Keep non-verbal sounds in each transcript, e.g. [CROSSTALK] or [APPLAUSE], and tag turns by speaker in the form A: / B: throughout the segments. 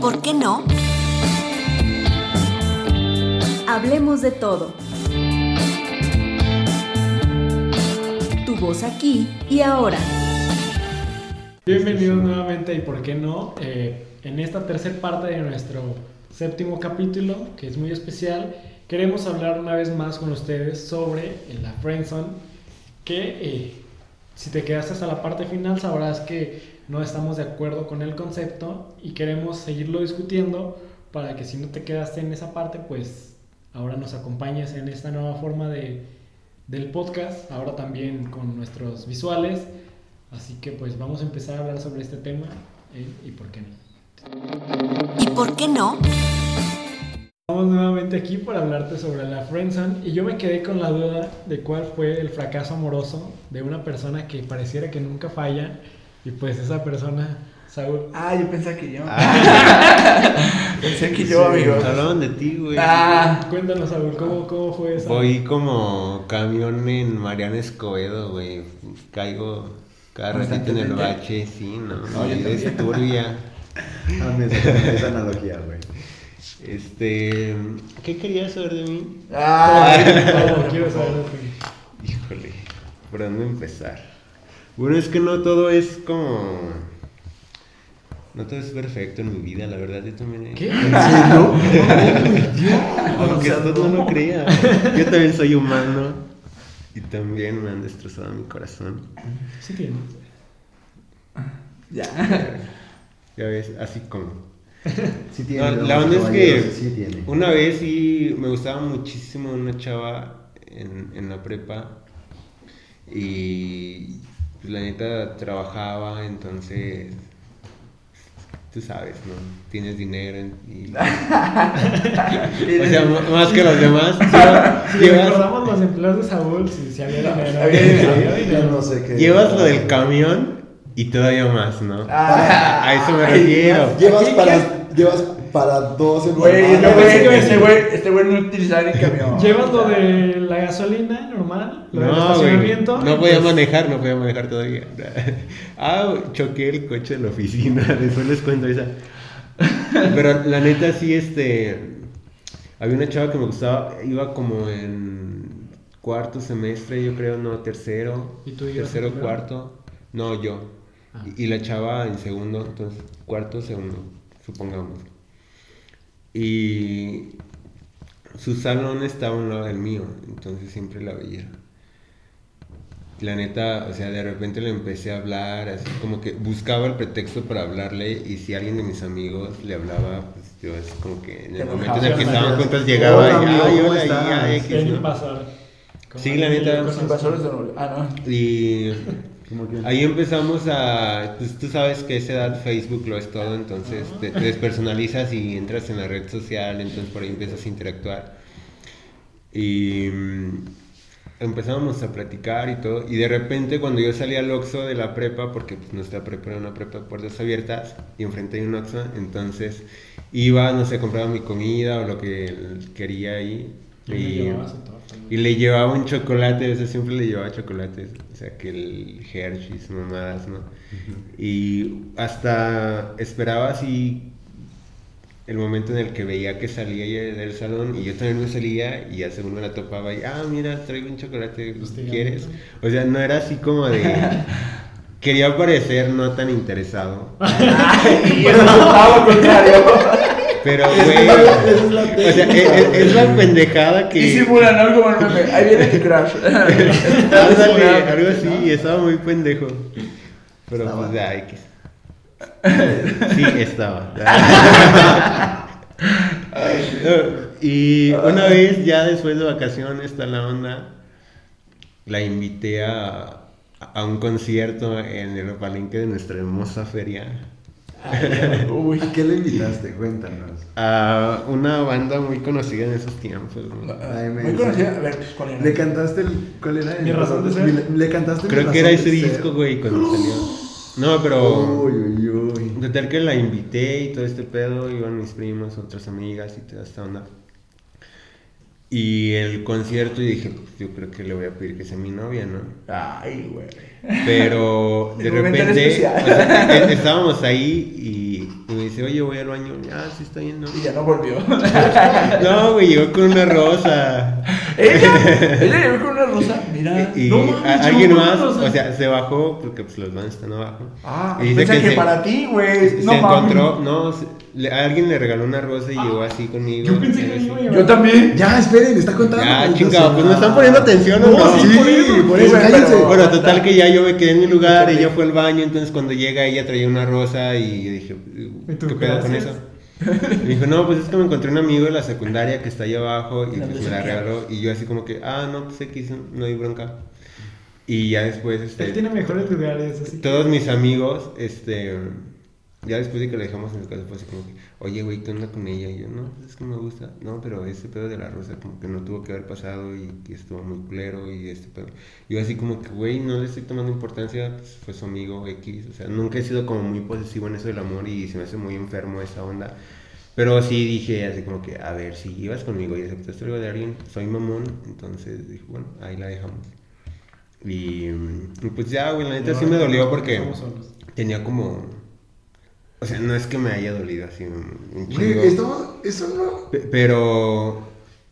A: ¿Por qué no?
B: Hablemos de todo. Tu voz aquí y ahora.
C: Bienvenidos nuevamente y por qué no, Eh, en esta tercera parte de nuestro séptimo capítulo, que es muy especial, queremos hablar una vez más con ustedes sobre eh, la friendzone, que eh, si te quedaste hasta la parte final sabrás que no estamos de acuerdo con el concepto y queremos seguirlo discutiendo para que si no te quedaste en esa parte, pues ahora nos acompañes en esta nueva forma de, del podcast, ahora también con nuestros visuales. Así que pues vamos a empezar a hablar sobre este tema eh, y por qué no.
A: ¿Y por qué no?
C: Estamos nuevamente aquí para hablarte sobre la friendzone y yo me quedé con la duda de cuál fue el fracaso amoroso de una persona que pareciera que nunca falla y pues esa persona, Saúl,
D: Ah, yo pensaba que yo.
E: Ah,
D: [LAUGHS] pensé que yo,
E: sí,
D: amigo.
E: Hablaban de ti, güey.
D: Ah,
C: cuéntanos Saúl, ¿cómo, cómo fue eso?
E: Voy como camión en Mariano Escobedo, güey. Caigo cada ratito en el
D: Constantemente.
E: bache, sí, no.
D: No, yo
E: y es
D: también.
E: turbia.
F: Ah, me sorprendió esa analogía, güey.
E: Este, ¿qué querías saber de mí?
D: [LAUGHS] ah,
C: Todo, quiero saber de ti.
E: Híjole, ¿por dónde empezar? Bueno, es que no todo es como... No todo es perfecto en mi vida, la verdad, yo también...
C: ¿Qué?
E: Aunque esto no lo crea. [LAUGHS] Yo también soy humano. Y también me han destrozado mi corazón.
C: Sí tiene.
D: ya.
E: Ya ves, así como.
F: Sí
E: No,
F: tiene. damas
E: la
F: y
E: onda es que
F: caballeros, Sí tiene.
E: una vez sí me gustaba muchísimo una chava en, en la prepa. Y pues, la neta trabajaba, entonces. Tú sabes, ¿no? Tienes dinero [LAUGHS] y. o sea, m- más que los [LAUGHS] demás. llevas-
C: Si
E: llevas-
C: recordamos los empleos de Saúl, si, si había dinero.
D: había dinero,
C: había
F: Yo
C: dinero.
F: no sé qué.
E: Llevas lo del camión y todavía más, ¿no?
D: Ah.
E: a eso me refiero.
F: Llevas
D: ¿Qué-
F: para, llevas para dos
D: Güey,
F: empanadas,
C: pensé que
D: este güey,
C: me
D: este güey, este güey no utilizaba ni camión.
C: Llevas lo de la gasolina normal, lo del
E: No, güey,
C: estacionamiento.
E: no
C: y
E: podía
C: pues-
E: manejar, no podía manejar todavía. [LAUGHS] Ah, choqué el coche de la oficina, [LAUGHS] después les cuento esa. Pero la neta sí, este, había una chava que me gustaba, iba como en cuarto semestre, yo creo, no, tercero,
C: ¿Y tú ibas en
E: tercero,
C: primero?
E: cuarto, no, yo.
C: Ah.
E: Y, y la chava en segundo, entonces cuarto, segundo, supongamos. Y su salón estaba a un lado del mío, entonces siempre la veía. La neta, o sea, de repente le empecé a hablar, así como que buscaba el pretexto para hablarle y si alguien de mis amigos le hablaba, pues yo así como que en
D: Te
E: el momento en el que
C: mojabas,
E: estaban
F: ¿no?
E: juntos llegaba
F: Hola,
E: y,
F: amigo,
E: ay,
F: ¿cómo
E: hola, y,
F: estás?
E: ay,
C: Sí,
E: X,
C: ni
E: ¿no?
C: pasar. Como
E: Sí, la neta,
C: con
E: sí
D: Los
C: los-
D: invasores de Nueva Ah, no.
E: Y
F: Como que-
E: ahí empezamos a, pues tú sabes que a esa edad Facebook lo es todo, entonces te, te despersonalizas y entras en la red social, entonces por ahí empiezas a interactuar. Y mm, empezábamos a platicar y todo, y de repente cuando yo salí al Oxxo de la prepa, porque pues, nuestra prepa era una prepa de puertas abiertas, y enfrente hay un Oxxo, entonces iba, no sé, compraba mi comida o lo que quería ahí.
C: Yo me llevaba su torta, güey.
E: Y le llevaba un chocolate, o sea, siempre le llevaba chocolates, o sea, que el Hershey's, mamadas, ¿no? Y hasta esperaba así el momento en el que veía que salía ella del salón y yo también me salía y ya según me la topaba y, ah, mira, traigo un chocolate,
C: Hostigamiento.
E: ¿quieres? O sea, no era así como de... Quería parecer no tan interesado,
D: Y yo estaba al contrario.
E: pero güey, o sea, es, es- es la pendejada que...
D: Y simulan algo como el meme. Ahí viene tu crash.
E: Ándale, algo así, estaba muy pendejo. Pero
F: Estaba.
E: pues, ay,
F: [LAUGHS]
E: que... Sí, estaba. y una vez, ya después de vacaciones, está la onda, la invité a, a un concierto en el palenque de nuestra hermosa feria.
D: Uy.
F: ¿A qué le invitaste? Cuéntanos.
E: A una banda muy conocida en esos tiempos. ¿no?
F: Ay, me-
D: Muy conocida. A ver, pues, ¿cuál
F: ¿Le
D: era?
F: cantaste el. ¿Cuál era? el-
C: Mi razón de ser.
F: Le, le cantaste mi
E: Creo que
F: razón
E: era
F: de
E: ese
F: ser.
E: disco, güey, cuando salió. No, pero...
F: Uy, uy, uy.
E: Total que la invité y todo este pedo, iban mis primos, otras amigas y toda esta onda. Y el concierto, y dije, pues, yo creo que le voy a pedir que sea mi novia, ¿no?
D: Ay, güey.
E: Pero de
D: Ah. [LAUGHS] El momento era
E: repente
D: especial.
E: o sea, e- e- estábamos ahí y me dice, oye, voy al baño. Ah, sí, está bien, ¿no?
D: Y ya no volvió. [LAUGHS]
E: No, güey, llegó con una rosa.
D: Ah. ella, ella llegó con una rosa. Mira.
E: Y
C: No mames,
E: a-
C: llegó
E: alguien
C: con una
E: más,
C: rosa.
E: o sea, se bajó porque pues los manos están abajo.
D: Ah,
E: Y dice
D: pensé que,
E: que se-
D: para ti, güey. No
E: se
D: mames.
E: encontró, no, se- le- alguien le regaló una rosa y llegó así conmigo.
C: Yo pensé que
E: Así.
C: iba a llevar.
D: Yo también.
F: Ya, esperen, está contando.
E: Ah,
F: entonces,
E: chingado, pues no están poniendo atención, ¿o
F: No,
E: no?
F: sí,
C: por eso.
F: por eso,
D: Güey,
F: cállense.
D: pero-
E: Bueno, total que ya yo me quedé en mi lugar, ella fue al baño, entonces cuando llega ella traía una rosa y yo dije,
C: ¿Y
E: ¿qué
C: tú,
E: pedo con
C: gracias?
E: eso? Me dijo, no, pues es que me encontré un amigo de la secundaria que está allá abajo y
D: La
E: pues me la
D: besuquea.
E: regaló y yo así como que, ah, no, pues X, no hay bronca. Y ya después,
C: Él
E: este,
C: tiene mejores lugares, así que.
E: todos mis amigos, este, ya después de que la dejamos en su casa, fue así como que, oye, güey, ¿qué onda con ella? Y yo, no, pues es que me gusta, no, pero ese pedo de la rosa como que no tuvo que haber pasado y, que estuvo muy culero y este pedo. Yo así como que, güey, no le estoy tomando importancia, pues fue su amigo X, o sea, nunca he sido como muy posesivo en eso del amor y se me hace muy enfermo esa onda. Pero sí dije así como que, a ver, si ibas conmigo y aceptaste algo de alguien, soy mamón, entonces dije, bueno, ahí la dejamos. Y mm, pues ya, güey, la neta sí me dolió porque
C: Estamos solos.
E: tenía como... O sea, no es que me haya dolido así un un
F: Güey,
E: chingo.
F: esto- eso no.
E: Pe- Pero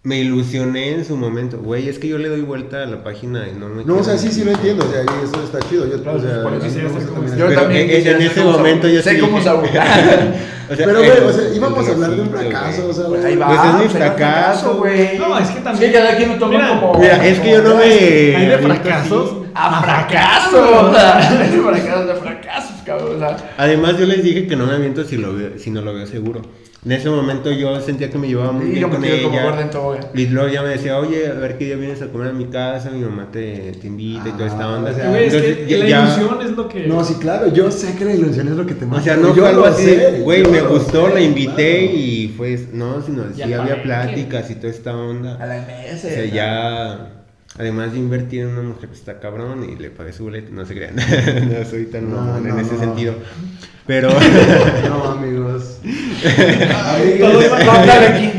E: me ilusioné en su momento. Güey, es que yo le doy vuelta a la página y no me...
F: No, o sea,
E: quedo-
F: sí, sí lo entiendo. O sea, y eso está chido. Yo,
D: Claro,
F: o sea,
D: por eso
F: a mí
C: sí,
F: me
C: hacer
F: gusta
C: como-
F: también.
D: Yo
E: Pero
D: también.
E: en- en
D: sé
E: ese
D: cómo se-
E: momento yo
D: sé
E: sí-
D: cómo Saúl.
E: [LAUGHS] O sea,
F: Pero, güey,
E: el-
F: o sea,
E: el
F: íbamos a hablar de un
E: rojito,
F: fracaso,
E: güey.
F: o sea,
D: Pues ahí va.
E: Pues es mi
D: pues ahí va el
E: fracaso,
D: güey.
C: No, es que
D: Es
C: también.
D: que cada quien lo toma
C: Mira,
D: como.
E: Mira, es que yo no me...
C: Hay de
E: aviento así.
C: fracasos.
D: A fracaso. O sea, es fracaso de fracasos, cabrón. O sea,
E: Además, yo les dije que no me aviento si, lo veo- si no lo veo seguro. En ese momento yo sentía que me llevaba muy
D: y
E: bien
D: yo me
E: con
D: tiro como gorda
E: ella.
D: en tobogán.
E: Y luego ya me decía, oye, a ver qué día vienes a comer a mi casa, mi mamá te, te invita y toda esta
F: Ah,
E: onda.
F: o sea,
C: Güey, es
E: Entonces,
C: que
E: ya-
C: la
E: ya-
C: ilusión es lo que.
F: No, sí, claro, yo sé que la ilusión es lo que te mata.
E: O sea, no
F: pues yo
E: fue algo
F: lo
E: así,
F: sé,
E: güey,
F: yo
E: me
F: lo
E: gustó,
F: sé,
E: la invité
F: claro.
E: y pues, no, sino sí
C: Ya
E: había
C: pagué.
E: pláticas y toda esta
D: A
E: onda.
D: la MS.
E: O sea, ya... Además de invertir en una mujer que está cabrón y le pagué su boleto, no se crean, [LAUGHS] no soy tan
F: No,
E: mamón en
F: no,
E: ese
F: no.
E: sentido. Pero... [LAUGHS]
F: No, amigos.
C: Todo
F: Amigues.
C: iba-
D: No, dale aquí.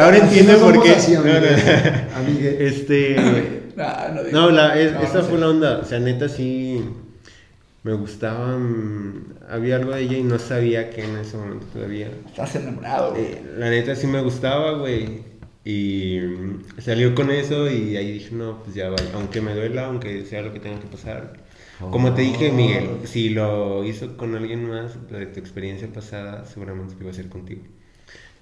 E: Ahora entiendo
F: No somos
E: por qué.
F: así,
E: No, no,
F: amigues.
E: no.
F: Amigues.
E: Este.
D: No, no digo.
E: No, la, es-
D: No,
E: esa
D: no sé.
E: fue la onda. O sea, neta, sí. Me gustaba. mm, Había algo de ella y no sabía qué en ese momento todavía.
D: Estás enamorado, güey.
E: Eh, la neta, sí me gustaba, güey. Y mm, salió con eso y ahí dije, no, pues ya vaya. Aunque me duela, aunque sea lo que tenga que pasar.
D: Oh,
E: Como te dije, Miguel, si lo hizo con alguien más de tu experiencia pasada, seguramente lo iba a hacer contigo.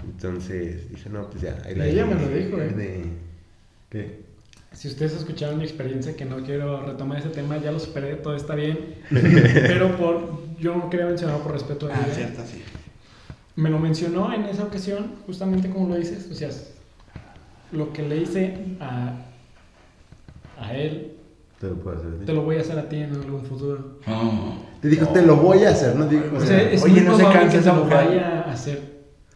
E: Entonces dije, no, pues ya. ahí la
C: Ella
E: dejo.
C: me lo dijo, eh.
E: De- ¿Qué?
C: Si ustedes escucharon mi experiencia, que no quiero retomar ese tema, ya lo superé, todo está bien. pero por, yo no quería mencionarlo por respeto a
D: Ah,
C: ella.
D: cierto, sí.
C: Me lo mencionó en esa ocasión, justamente como lo dices, o sea, lo que le hice a, a él,
F: Te lo puedo hacer.
C: te lo voy a hacer a ti en algún futuro.
F: Te dijo, te lo voy a hacer, no digo.
C: O sea, es
D: Oye,
C: muy
D: no se
C: probable
D: cansa
C: que te
D: esa
C: lo
D: mujer.
C: vaya a hacer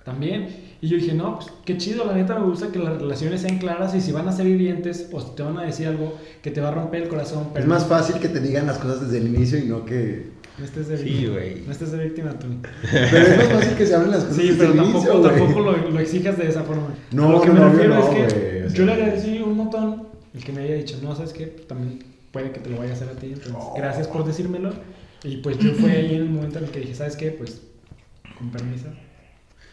C: también. Y yo dije, no, pues qué chido, la neta me gusta que las relaciones sean claras y si van a ser hirientes o si te van a decir algo que te va a romper el corazón, pero
F: es más fácil que te digan las cosas desde el inicio y no que.
C: no estés de
E: Sí,
C: víctima.
E: güey.
C: no estés de víctima tú.
F: Pero es más fácil que se hablen las cosas
C: Sí,
F: desde
C: pero
F: el
C: tampoco,
F: inicio. güey.
C: tampoco lo, lo exijas de esa forma.
F: No,
C: A lo que
F: no,
C: me
F: no,
C: refiero
F: no,
C: es que
F: güey, o sea.
C: yo le agradecí un montón el que me haya dicho, no, sabes que también puede que te lo vaya a hacer a ti, entonces gracias por decírmelo. Y pues yo fue ahí en el momento en el que dije, ¿sabes qué? Pues con permiso,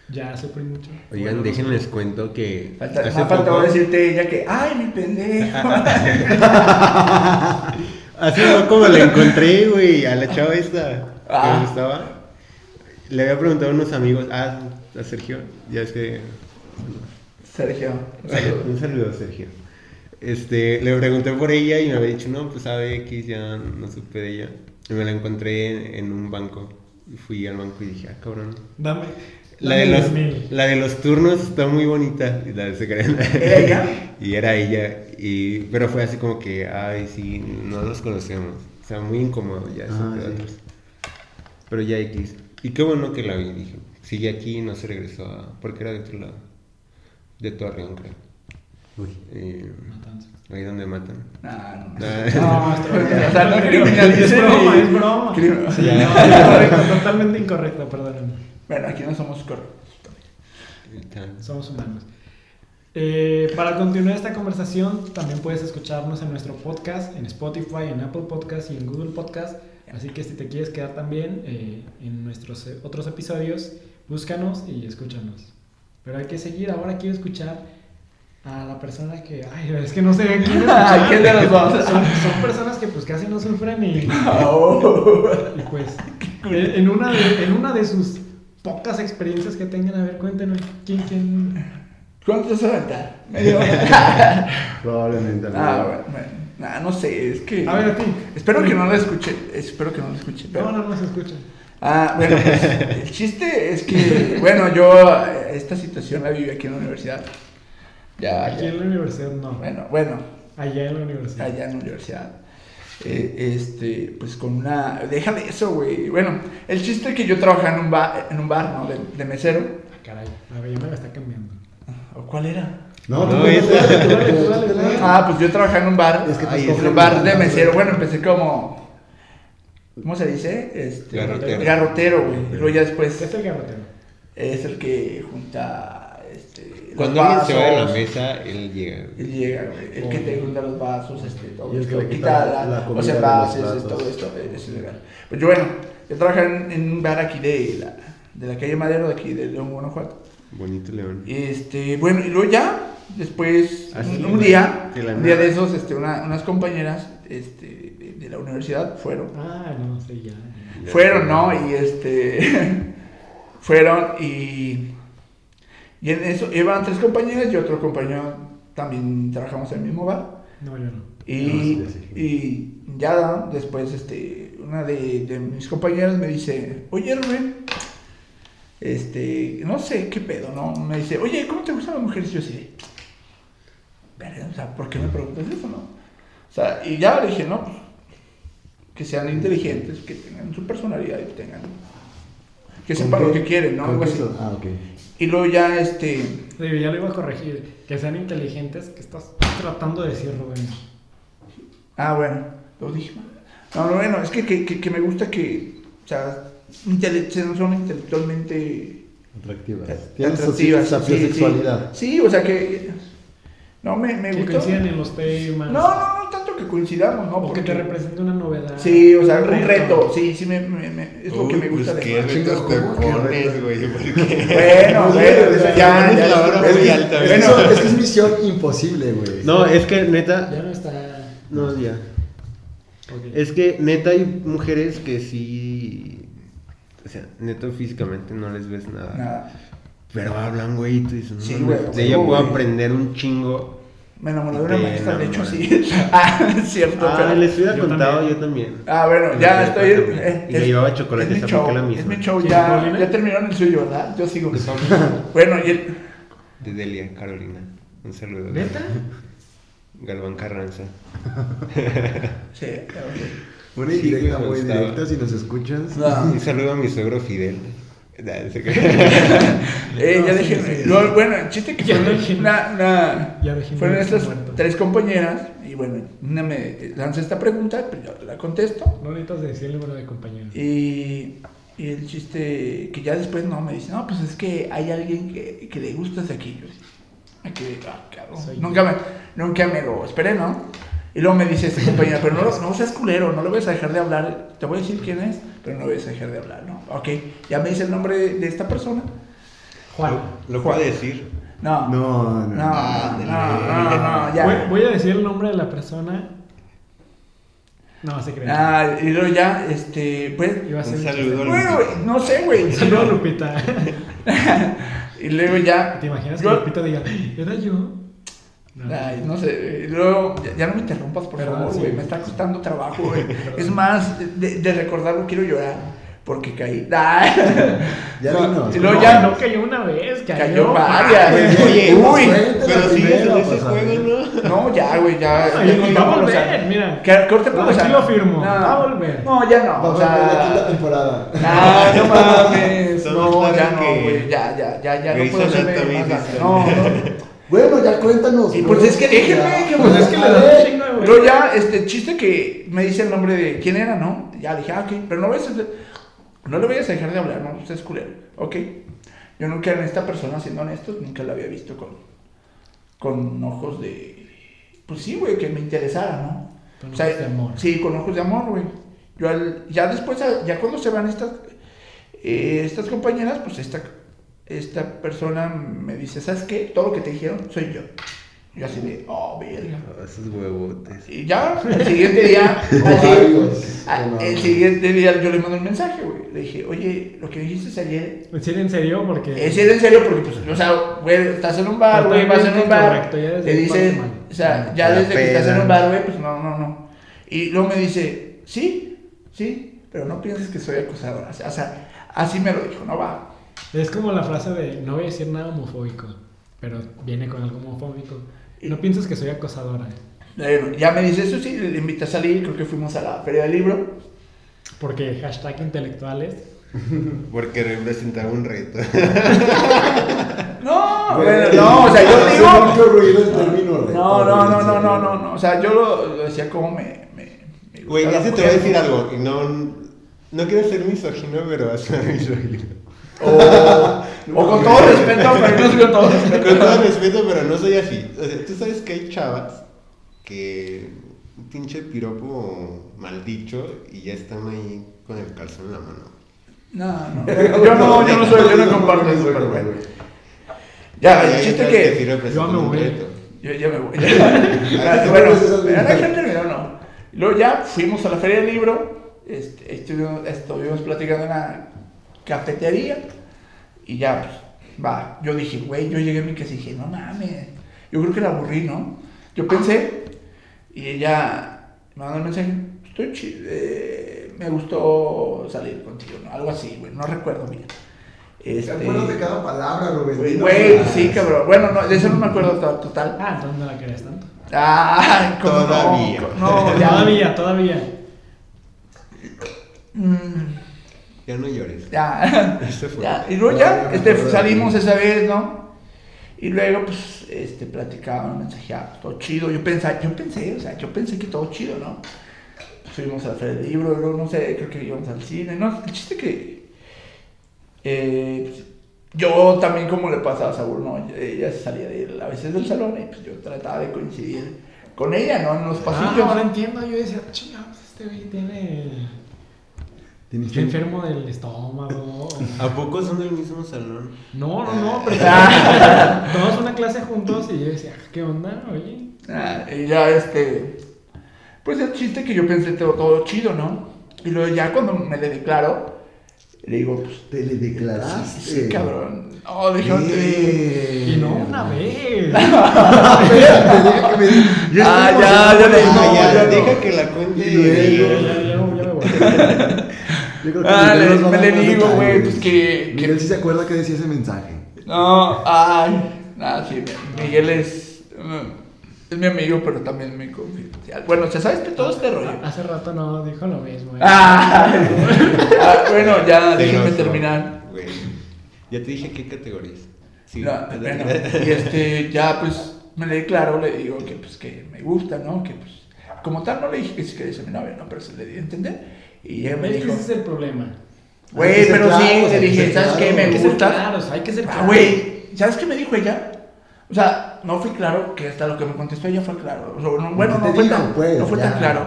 C: ya sufrí mucho.
E: Oigan,
C: Bueno,
E: déjenles cuento que
D: Falta,
E: hace
D: más faltaba
E: poco,
D: decirte ella que, ay, mi pendejo.
E: hace poco me la encontré, güey, a la chava esta que
D: Ah.
E: me gustaba. Le había preguntado a unos amigos, ah, a Sergio, ya es que
D: Sergio.
E: un saludo a Sergio. Este, le pregunté por ella y me había dicho, no, pues sabe X, ya no supe de ella. Y me la encontré en, en un banco. Y Fui al banco y dije, ah, cabrón.
C: Dame.
E: La de, los,
C: mil.
E: la de los turnos está muy bonita. Y la de secreta.
D: ¿Era ella?
E: [LAUGHS] Y era ella. Y, pero fue así como que, ay, sí, no nos conocemos. O sea, muy incómodo ya. ese
F: Ah,
E: pedo.
F: sí.
E: Pero ya X. Y qué bueno que la vi, dije. Sigue aquí y no se regresó a... Porque era de otro lado. De Torreón, creo.
F: Uy.
E: Eh,
C: Matanza.
E: ahí donde matan.
D: No, no.
C: No, esto- [LAUGHS]
D: O sea, no
C: es
D: criminalices.
C: broma, es broma.
D: Crim-
C: Sí, no, incorrecto, totalmente incorrecto, perdónenme.
D: Bueno, aquí no somos corruptos.
E: Y tal.
C: Somos humanos. Eh, para continuar esta conversación, también puedes escucharnos en nuestro podcast, en Spotify, en Apple Podcast y en Google Podcast. Así que si te quieres quedar también eh, en nuestro nuestros eh, otros episodios, búscanos y escúchanos. Pero hay que seguir, ahora quiero escuchar a la persona que, ay, es que no sé a quién escuchar.
D: [LAUGHS] Ay, ¿quién de los dos?
C: Son, son personas que pues casi no sufren y,
D: Oh.
C: y,
D: [LAUGHS]
C: pues en en una, de, en una de sus pocas experiencias que tengan, a ver, cuéntenos, ¿quién, quién?
D: ¿Cuánto se aventar? Medio hora.
F: Probablemente.
D: Ah,
F: alguna.
D: bueno, bueno. Nah, no sé, es que.
C: A ver, a ti.
D: Espero que no la escuche. Espero que no la escuche. pero-
C: No, no, no se escucha.
D: Ah, bueno, pues, el chiste es que, bueno, yo eh, esta situación la viví aquí en la universidad. Ah, Ya,
C: Aquí en
D: ya.
C: la universidad no.
D: Bueno, bueno,
C: Allá en la universidad.
D: allá en la universidad. Eh, este, pues con una. Déjale eso, güey. Bueno, el chiste es que yo trabajaba en un bar, en un bar ¿no? De, de mesero.
C: Ah, caray, la belleza me está cambiando.
D: ¿O cuál era?
F: No,
E: No,
F: tú dale,
E: esa- [LAUGHS]
F: tú dale, tú
C: tú
F: dale,
C: dale,
F: tú dale.
D: Ah, pues yo trabajaba en un bar.
F: Es que te
D: Ay,
F: escogen
D: en un bar de
F: mucho.
D: mesero. Bueno, empecé como. ¿Cómo se dice? Este,
E: Garrotero.
D: Garrotero, güey. Y luego ya después.
C: ¿Qué es el garrotero?
D: es el que junta este, los
E: Cuando alguien se va de la
D: vasos,
E: mesa, él llega.
D: Él llega, güey, el que te junta los vasos, este, todo
F: Y el que
D: esto,
F: le quita la- la
D: o sea,
F: comida de los
D: vasos,
F: platos.
D: es, todo esto, eh, es ilegal. Pues yo, bueno, yo trabajaba en, en un bar aquí de la, de la calle Madero, de aquí de León, Guanajuato.
E: Bonito león.
D: Este, bueno, y luego ya, después,
E: Así,
D: un, un
E: Ah, güey,
D: día,
E: de la
D: un día
E: nada.
D: de esos, este, una- unas compañeras este, de, de la universidad fueron.
C: Ah, no, sí, ya.
D: Fueron, ¿no? Y este. [LAUGHS] fueron y. Y en eso iban tres compañeras y otro compañero también trabajamos en el mismo bar.
C: No, yo no.
D: Y,
F: Ah, sí, sí.
D: y ya ¿no? después, este, una de, de mis compañeras me dice: Oye, Rubén, este, no sé qué pedo, ¿no? Me dice: Oye, ¿cómo te gustan las mujeres? Y yo así de, "Verga, o sea, ¿por qué me preguntas eso, no? O sea, y ya le dije: No, pues, que sean inteligentes, que tengan su personalidad y tengan. que
F: ¿Con
D: sepan
F: qué-
D: lo que quieren, ¿no?
F: con
D: Algo
F: qué
D: así.
F: eso? Ah, ok.
D: Y luego ya, este.
C: Sí, ya lo iba a corregir. Que sean inteligentes, que estás tratando de decir, Rubén.
D: Ah, bueno, lo dije mal. No, no, bueno, es que, que, que- que me gusta que, o sea, intele- sean- son intelectualmente
F: Atractivas. Tienen su
D: Eh, atractivas. sí, sí.
F: sexualidad.
D: Sí, o sea que, no, me, me
C: Que
D: gustó.
C: coincidan en los
D: No,
C: temas.
D: no, no tanto que coincidamos, ¿no?
C: O que te represente una novedad.
D: Sí, o sea, un reto, sí, sí, me, me- me- es lo que me gusta
E: pues,
D: de
E: ¿Qué retos te
F: ¿Cómo que
E: pones,
F: retos?
E: güey? Porque...
D: Bueno, bueno,
F: Oye,
D: eso
F: o sea,
D: ya, ya.
E: la vara
D: es-
E: muy
D: es-
E: alta, ¿eh?
F: Es que
E: güey.
D: bueno,
F: eso- es que es misión imposible,
E: [LAUGHS]
F: güey.
E: No, es que neta.
C: Ya no está.
E: No, ya.
C: Ok.
E: Es que neta hay mujeres que sí. O sea, neta físicamente no les ves nada.
D: [LAUGHS] nada,
E: Pero hablan, güey, y tú dices, no,
D: Sí,
E: mames,
D: güey,
E: de ella
D: güey.
E: puedo aprender un chingo.
D: me enamoré de una
E: Te
D: maestra, de hecho,
E: enamoras.
D: sí. [LAUGHS] Ah, es cierto,
E: Ah,
D: pero-
E: les hubiera
C: yo
E: contado
C: también.
E: yo también.
D: Ah, bueno, ya estoy. eh,
E: y le
D: es-
E: llevaba chocolate,
D: es mi
E: esa porque
D: show,
E: la
D: Es
E: misma.
D: mi show,
C: ¿Quién,
D: ya,
C: Paulina?
D: ya terminaron el suyo, ¿verdad? Yo sigo.
C: [LAUGHS]
E: Que son
D: Bueno, y el.
E: de Delia, Carolina. Un saludo.
C: ¿Neta?
E: Galván Carranza.
D: Sí, ok.
F: Una
E: Sí,
F: indirecta
E: güey, me
F: muy
E: gustaba.
F: directa si nos escuchas.
D: Ah.
E: Un saludo a mi suegro Fidel. [LAUGHS] Nah, se crea.
D: Eh,
C: No,
D: ya
C: sí,
D: dejé.
C: sí, sí.
D: lo- bueno, el chiste que
C: Ya
D: fueron
C: déjenme.
D: una. una-
C: Ya déjenme,
D: fueron
C: ya está
D: estas
C: muerto.
D: tres compañeras. Y bueno, una me lanza esta pregunta, pero yo la contesto.
C: No necesitas decir el número de compañeros.
D: Y, y el chiste que ya después no me dice, no, pues es que hay alguien que, que le gustas aquí. Yo, así, "Ah, que- ah, cabrón,
C: Soy
D: nunca, me, nunca me lo esperé, ¿no? Y luego me dice esta compañera, pero no, lo- no seas culero, no le voy a dejar de hablar, te voy a decir quién es, pero no le voy a dejar de hablar, ¿no? Ok, ya me dice el nombre de, de esta persona.
C: Juan.
E: Lo puedo decir.
D: No, no,
F: No, no.
D: no, no, no, no, ya.
C: Voy, voy a decir el nombre de la persona. No, se cree.
D: Ah, y luego ya, este, pues,
C: Iba a ser
E: Un
C: un
E: saludo.
D: bueno, no sé, güey.
C: chiste. Saludos,
D: [LAUGHS]
C: Lupita.
D: y luego ya.
C: ¿Te imaginas que
D: yo-
C: Lupita diga, ¿era yo? No.
D: Ay, no sé, eh, luego, ya, ya no me interrumpas, por
C: Perdón,
D: favor,
C: sí.
D: güey, me está costando
C: [LAUGHS]
D: trabajo, güey. es más, de, de recordarlo quiero llorar, porque caí. [LAUGHS] Ay.
F: Ya
D: No,
F: dinos.
D: y
C: No,
D: luego ya-
C: no cayó una vez, cayó,
D: Cayó varias.
E: Oye,
D: uy,
E: Pero sigues en ese juego, ¿no?
D: No, ya, güey, ya.
C: Ay, va
D: ya
C: a
D: cortamos,
C: volver, mira.
D: que- cortemos,
C: No,
D: o sea,
C: aquí lo firmo,
D: no.
C: va a volver.
D: No, ya no,
F: Vamos
D: o
F: a ver la quinta
D: sea.
F: temporada.
D: Ah, [LAUGHS] no mames,
E: Son
D: no,
E: más
D: ya
E: tarde
D: no,
E: que-
D: güey, ya, ya, ya, ya, no
E: Grey's
D: puedo hacerme
E: Anatomy,
D: más daño,
E: dices.
D: no, no,
F: Bueno, ya cuéntanos.
D: Y pues es que déjenme, que
C: Pues es que le da un chingo de vueltas.
D: Pero ya, este chiste que me dice el nombre de quién era, ¿no? Ya dije, ah, ok, pero no vayas a- no le vayas a dejar de hablar, no, usted es culero, ok. Yo nunca en esta persona, siendo honestos, nunca la había visto con, con ojos de, pues sí, güey, que me interesara, ¿no?
C: Con ojos de amor.
D: ah, Sí, con ojos de amor, güey. Yo al- ya después, ya cuando se van estas, eh, estas compañeras, pues esta, esta persona me dice, ¿sabes qué? Todo lo que te dijeron soy yo. Yo así de, oh, verga.
E: Ah, Esos huevotes.
D: Y ya, el siguiente día,
F: Ovarios.
D: Ah, el siguiente día yo le mando un mensaje, güey. Le dije, oye, lo que dijiste ayer,
C: ¿En serio, en serio? Porque.
D: es en serio porque, pues, o sea, güey, estás en un bar, güey, vas en un bar,
C: Correcto, ya desde
D: te
C: el
D: dicen,
C: cuarto, man.
D: o sea, ya
E: La
D: desde que
E: peda.
D: estás en un bar, güey, pues, no, no, no. Y luego me dice, sí, sí, pero no pienses que soy acosadora. O sea, así me lo dijo, no va.
C: Es como la frase de no voy a decir nada homofóbico, pero viene con algo homofóbico. No pienses que soy acosadora.
D: Bueno, Eh, ya me dice eso, sí, le invita a salir, creo que fuimos a la feria del libro.
C: Porque hashtag intelectuales.
E: Porque representaba un reto.
D: No,
F: Güey,
D: bueno, no, o sea,
F: [LAUGHS]
D: yo
F: hace
D: digo...
F: mucho ruido el término reto,
D: No, no,
F: güey,
D: no,
F: en
D: no, no,
F: serio.
D: no, no. O sea, yo lo, lo decía como me. me, me
E: Güey,
D: gustaba
E: ya se te voy a
D: mucho.
E: decir algo. y No, no quiero ser misógino, pero vas a ser misógino.
D: O, o con todo respeto, pero no es con todo respeto.
E: [LAUGHS] Con todo respeto, pero no soy así. O sea, tú sabes que hay chavas que un pinche piropo mal dicho y ya están ahí con el calzón en la mano.
D: No, no. Yo no, yo no soy, yo no comparto eso, pero bueno. Ya, el chiste
E: sabes
D: que.
E: sí representa
C: Yo me
E: un
C: voy.
E: reto.
D: Yo ya me voy. Ya, bueno, ¿me van a dejar terminar o no? Luego ya fuimos a la feria del libro, este, estuvimos, estuvimos platicando en la cafetería y ya, pues, va. Yo dije, güey, yo llegué a mi casa y dije, no mames, yo creo que la aburrí, ¿no? Yo pensé y ella me mandó el mensaje, estoy chido, me gustó salir contigo, ¿no? algo así, güey, no recuerdo bien. Este,
F: Acuérdate cada palabra, Rubén.
D: güey,
F: Dilo,
D: güey,
F: güey.
D: sí, cabrón. Bueno, no, de eso no me acuerdo to- total.
C: Ah, entonces no la querías tanto.
D: Ah, ¿cómo no?
E: Todavía.
D: No, ya.
C: Todavía, todavía.
D: Mm,
E: Ya no llores.
D: ya.
E: Este fue.
D: Ya, Y luego
F: Ya,
D: ya,
F: ya,
D: este,
F: ya.
D: salimos esa vez, ¿no? Y luego, pues, este, platicaban, mensajeaban, pues, todo chido. Yo pensé, yo pensé, o sea, yo pensé que todo chido, ¿no? Fuimos a hacer el libro, luego, no sé, creo que íbamos al cine, ¿no? El chiste que... eh, pues, yo también, como le pasaba a Saúl, ¿no? Ella se salía de, a veces del salón y pues yo trataba de coincidir con ella, ¿no? En los
C: Ah,
D: pasillos. [LAUGHS]
C: ahora entiendo. Yo decía, chingados, este güey tiene.
F: Tienes
C: Está
F: un-
C: enfermo del
D: [LAUGHS]
C: estómago.
E: ¿A poco son del mismo salón?
C: No, no, no, pero
D: Ah, [LAUGHS]
C: tomamos una clase juntos y yo decía, "Ah, ¿qué onda? Oye.
D: Ah, y ya este. Pues el chiste que yo pensé todo, todo chido, ¿no? Y luego ya cuando me le declaro, le digo, pues.
F: Te le declaraste.
D: Sí, sí, cabrón. No, dije, no te digo.
F: Eh.
C: Y no una vez.
F: Ah, Espérate, deja que me diga. Yo
D: [LAUGHS] Ah,
F: estoy
D: ya, ya le-
F: emocionado.
D: no,
E: Ah, ya,
D: ya no.
E: deja que la cuente.
F: Y luego-
C: Ya, ya, ya, ya me voy.
F: Yo creo que
D: Ah,
F: Miguel
D: le-
F: nos va a
D: me
F: dar
D: le
F: más
D: digo, güey,
F: detalles.
D: pues, que-
F: Miguel
D: que-
F: sí se acuerda que decía ese mensaje.
D: No, ay. Nada, sí, Miguel es. mm, Es mi amigo, pero también muy confidencial. Bueno, se sabe que todo este rollo.
C: Hace rato no, dijo lo mismo. eh.
D: Ah, ah, bueno, ya déjenme
E: Celoso.
D: terminar.
E: Güey, Ya te dije qué categorías. Sí.
D: No, bueno, y este, ya pues me le declaro, le digo que pues que me gusta, ¿no? Que pues, como tal no le dije que sí quería ser mi novia, ¿no? Pero se le di a entender. Y ella me
C: Es que
D: dijo,
C: ese es el problema.
F: Hay que
D: güey,
F: ser
D: pero
F: claros,
D: sí,
F: hay
D: le
F: que
D: dije,
F: ser
D: ¿sabes qué?
F: claros.
D: Me
C: Hay que ser
D: gusta.
C: claros, hay que ser
D: Ah,
C: claros.
D: güey, ¿sabes qué me dijo ella? O sea, no fue claro que hasta lo que me contestó ella fue claro. O sea, no- bueno,
F: ¿Qué te
D: no fue,
F: dijo,
D: tan,
F: pues?
D: no fue
F: Ya.
D: tan claro.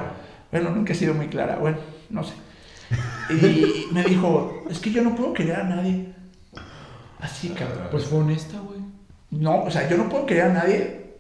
D: Bueno, nunca he sido muy clara, bueno, no sé. Y me dijo, es que yo no puedo querer a nadie. Así, cabrón.
C: Pues fue honesta, güey.
D: No, o sea, yo no puedo querer a nadie.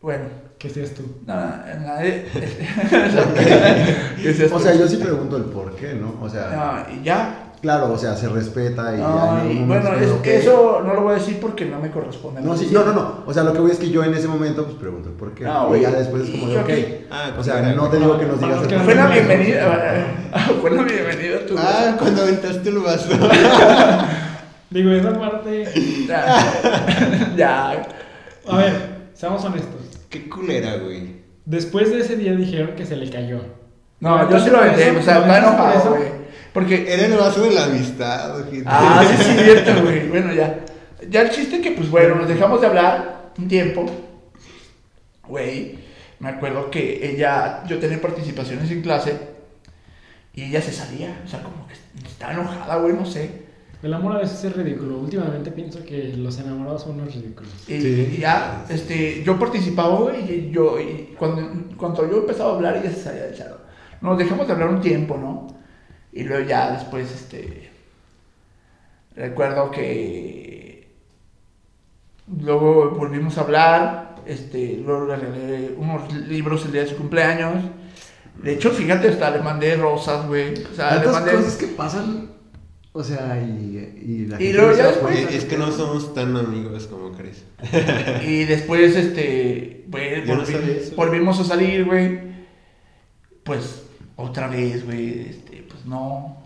D: Bueno,
C: ¿Qué seas tú?
D: nada, a nadie. [LAUGHS] Que seas
F: O
D: tú.
F: sea, yo sí pregunto el por qué, ¿no? O sea,
D: No, y ya.
F: claro, o sea, se respeta y
D: No,
F: hay
D: y
F: un momento
D: Ah. bueno,
F: que,
D: es-
F: ok.
D: eso no lo voy a decir porque no me corresponde.
F: No, sí,
D: Sí. Ah,
F: no, no, no. O sea, lo que voy es que yo en ese momento pues pregunto el por qué.
D: No,
F: y
D: güey.
F: ya después es como de,
D: Y-
F: ok.
E: Ah,
F: o sea,
E: claro.
F: no te digo que nos digas
C: Vamos,
F: el
C: que
F: por
D: Fue
F: qué.
D: la bienvenida. [LAUGHS] Fue la bienvenida a tu.
E: Ah, cuando aventaste el vaso.
C: Digo, esa parte.
D: Ya. [LAUGHS] ya.
C: A ver, seamos honestos.
E: [LAUGHS] qué culera, güey.
C: Después de ese día dijeron que se le cayó.
D: No, yo sí lo aventé, o sea, me enojado, güey. Porque
E: Era el vaso de la amistad, ojete.
D: Ah, sí, sí, cierto, güey. Bueno, ya. Ya el chiste que, pues bueno, nos dejamos de hablar un tiempo. Güey, me acuerdo que ella, yo tenía participaciones en clase y ella se salía, o sea, como que estaba enojada, güey, no sé.
C: El amor a veces es ridículo. Últimamente pienso que los enamorados son unos ridículos.
D: Y,
F: Sí.
D: y ya, este, yo participaba, güey, y yo, y cuando, cuando yo empezaba a hablar, ella se salía del salón. Nos dejamos de hablar un tiempo, ¿no? Y luego ya después, este, Recuerdo que luego volvimos a hablar, este, luego le regalé unos libros el día de su cumpleaños. De hecho, fíjate, hasta le mandé rosas, güey. O sea, le
F: Tantas
D: mandé...
F: cosas que pasan. O sea, y, y la
D: Y luego
F: no se
D: ya
F: da
D: después-
F: cuenta.
E: Es que no somos tan amigos como crees.
D: Y después, este, pues,
E: Yo no
D: volvi-
E: sabía eso.
D: volvimos a salir, güey. Pues, otra vez, güey, este, pues no.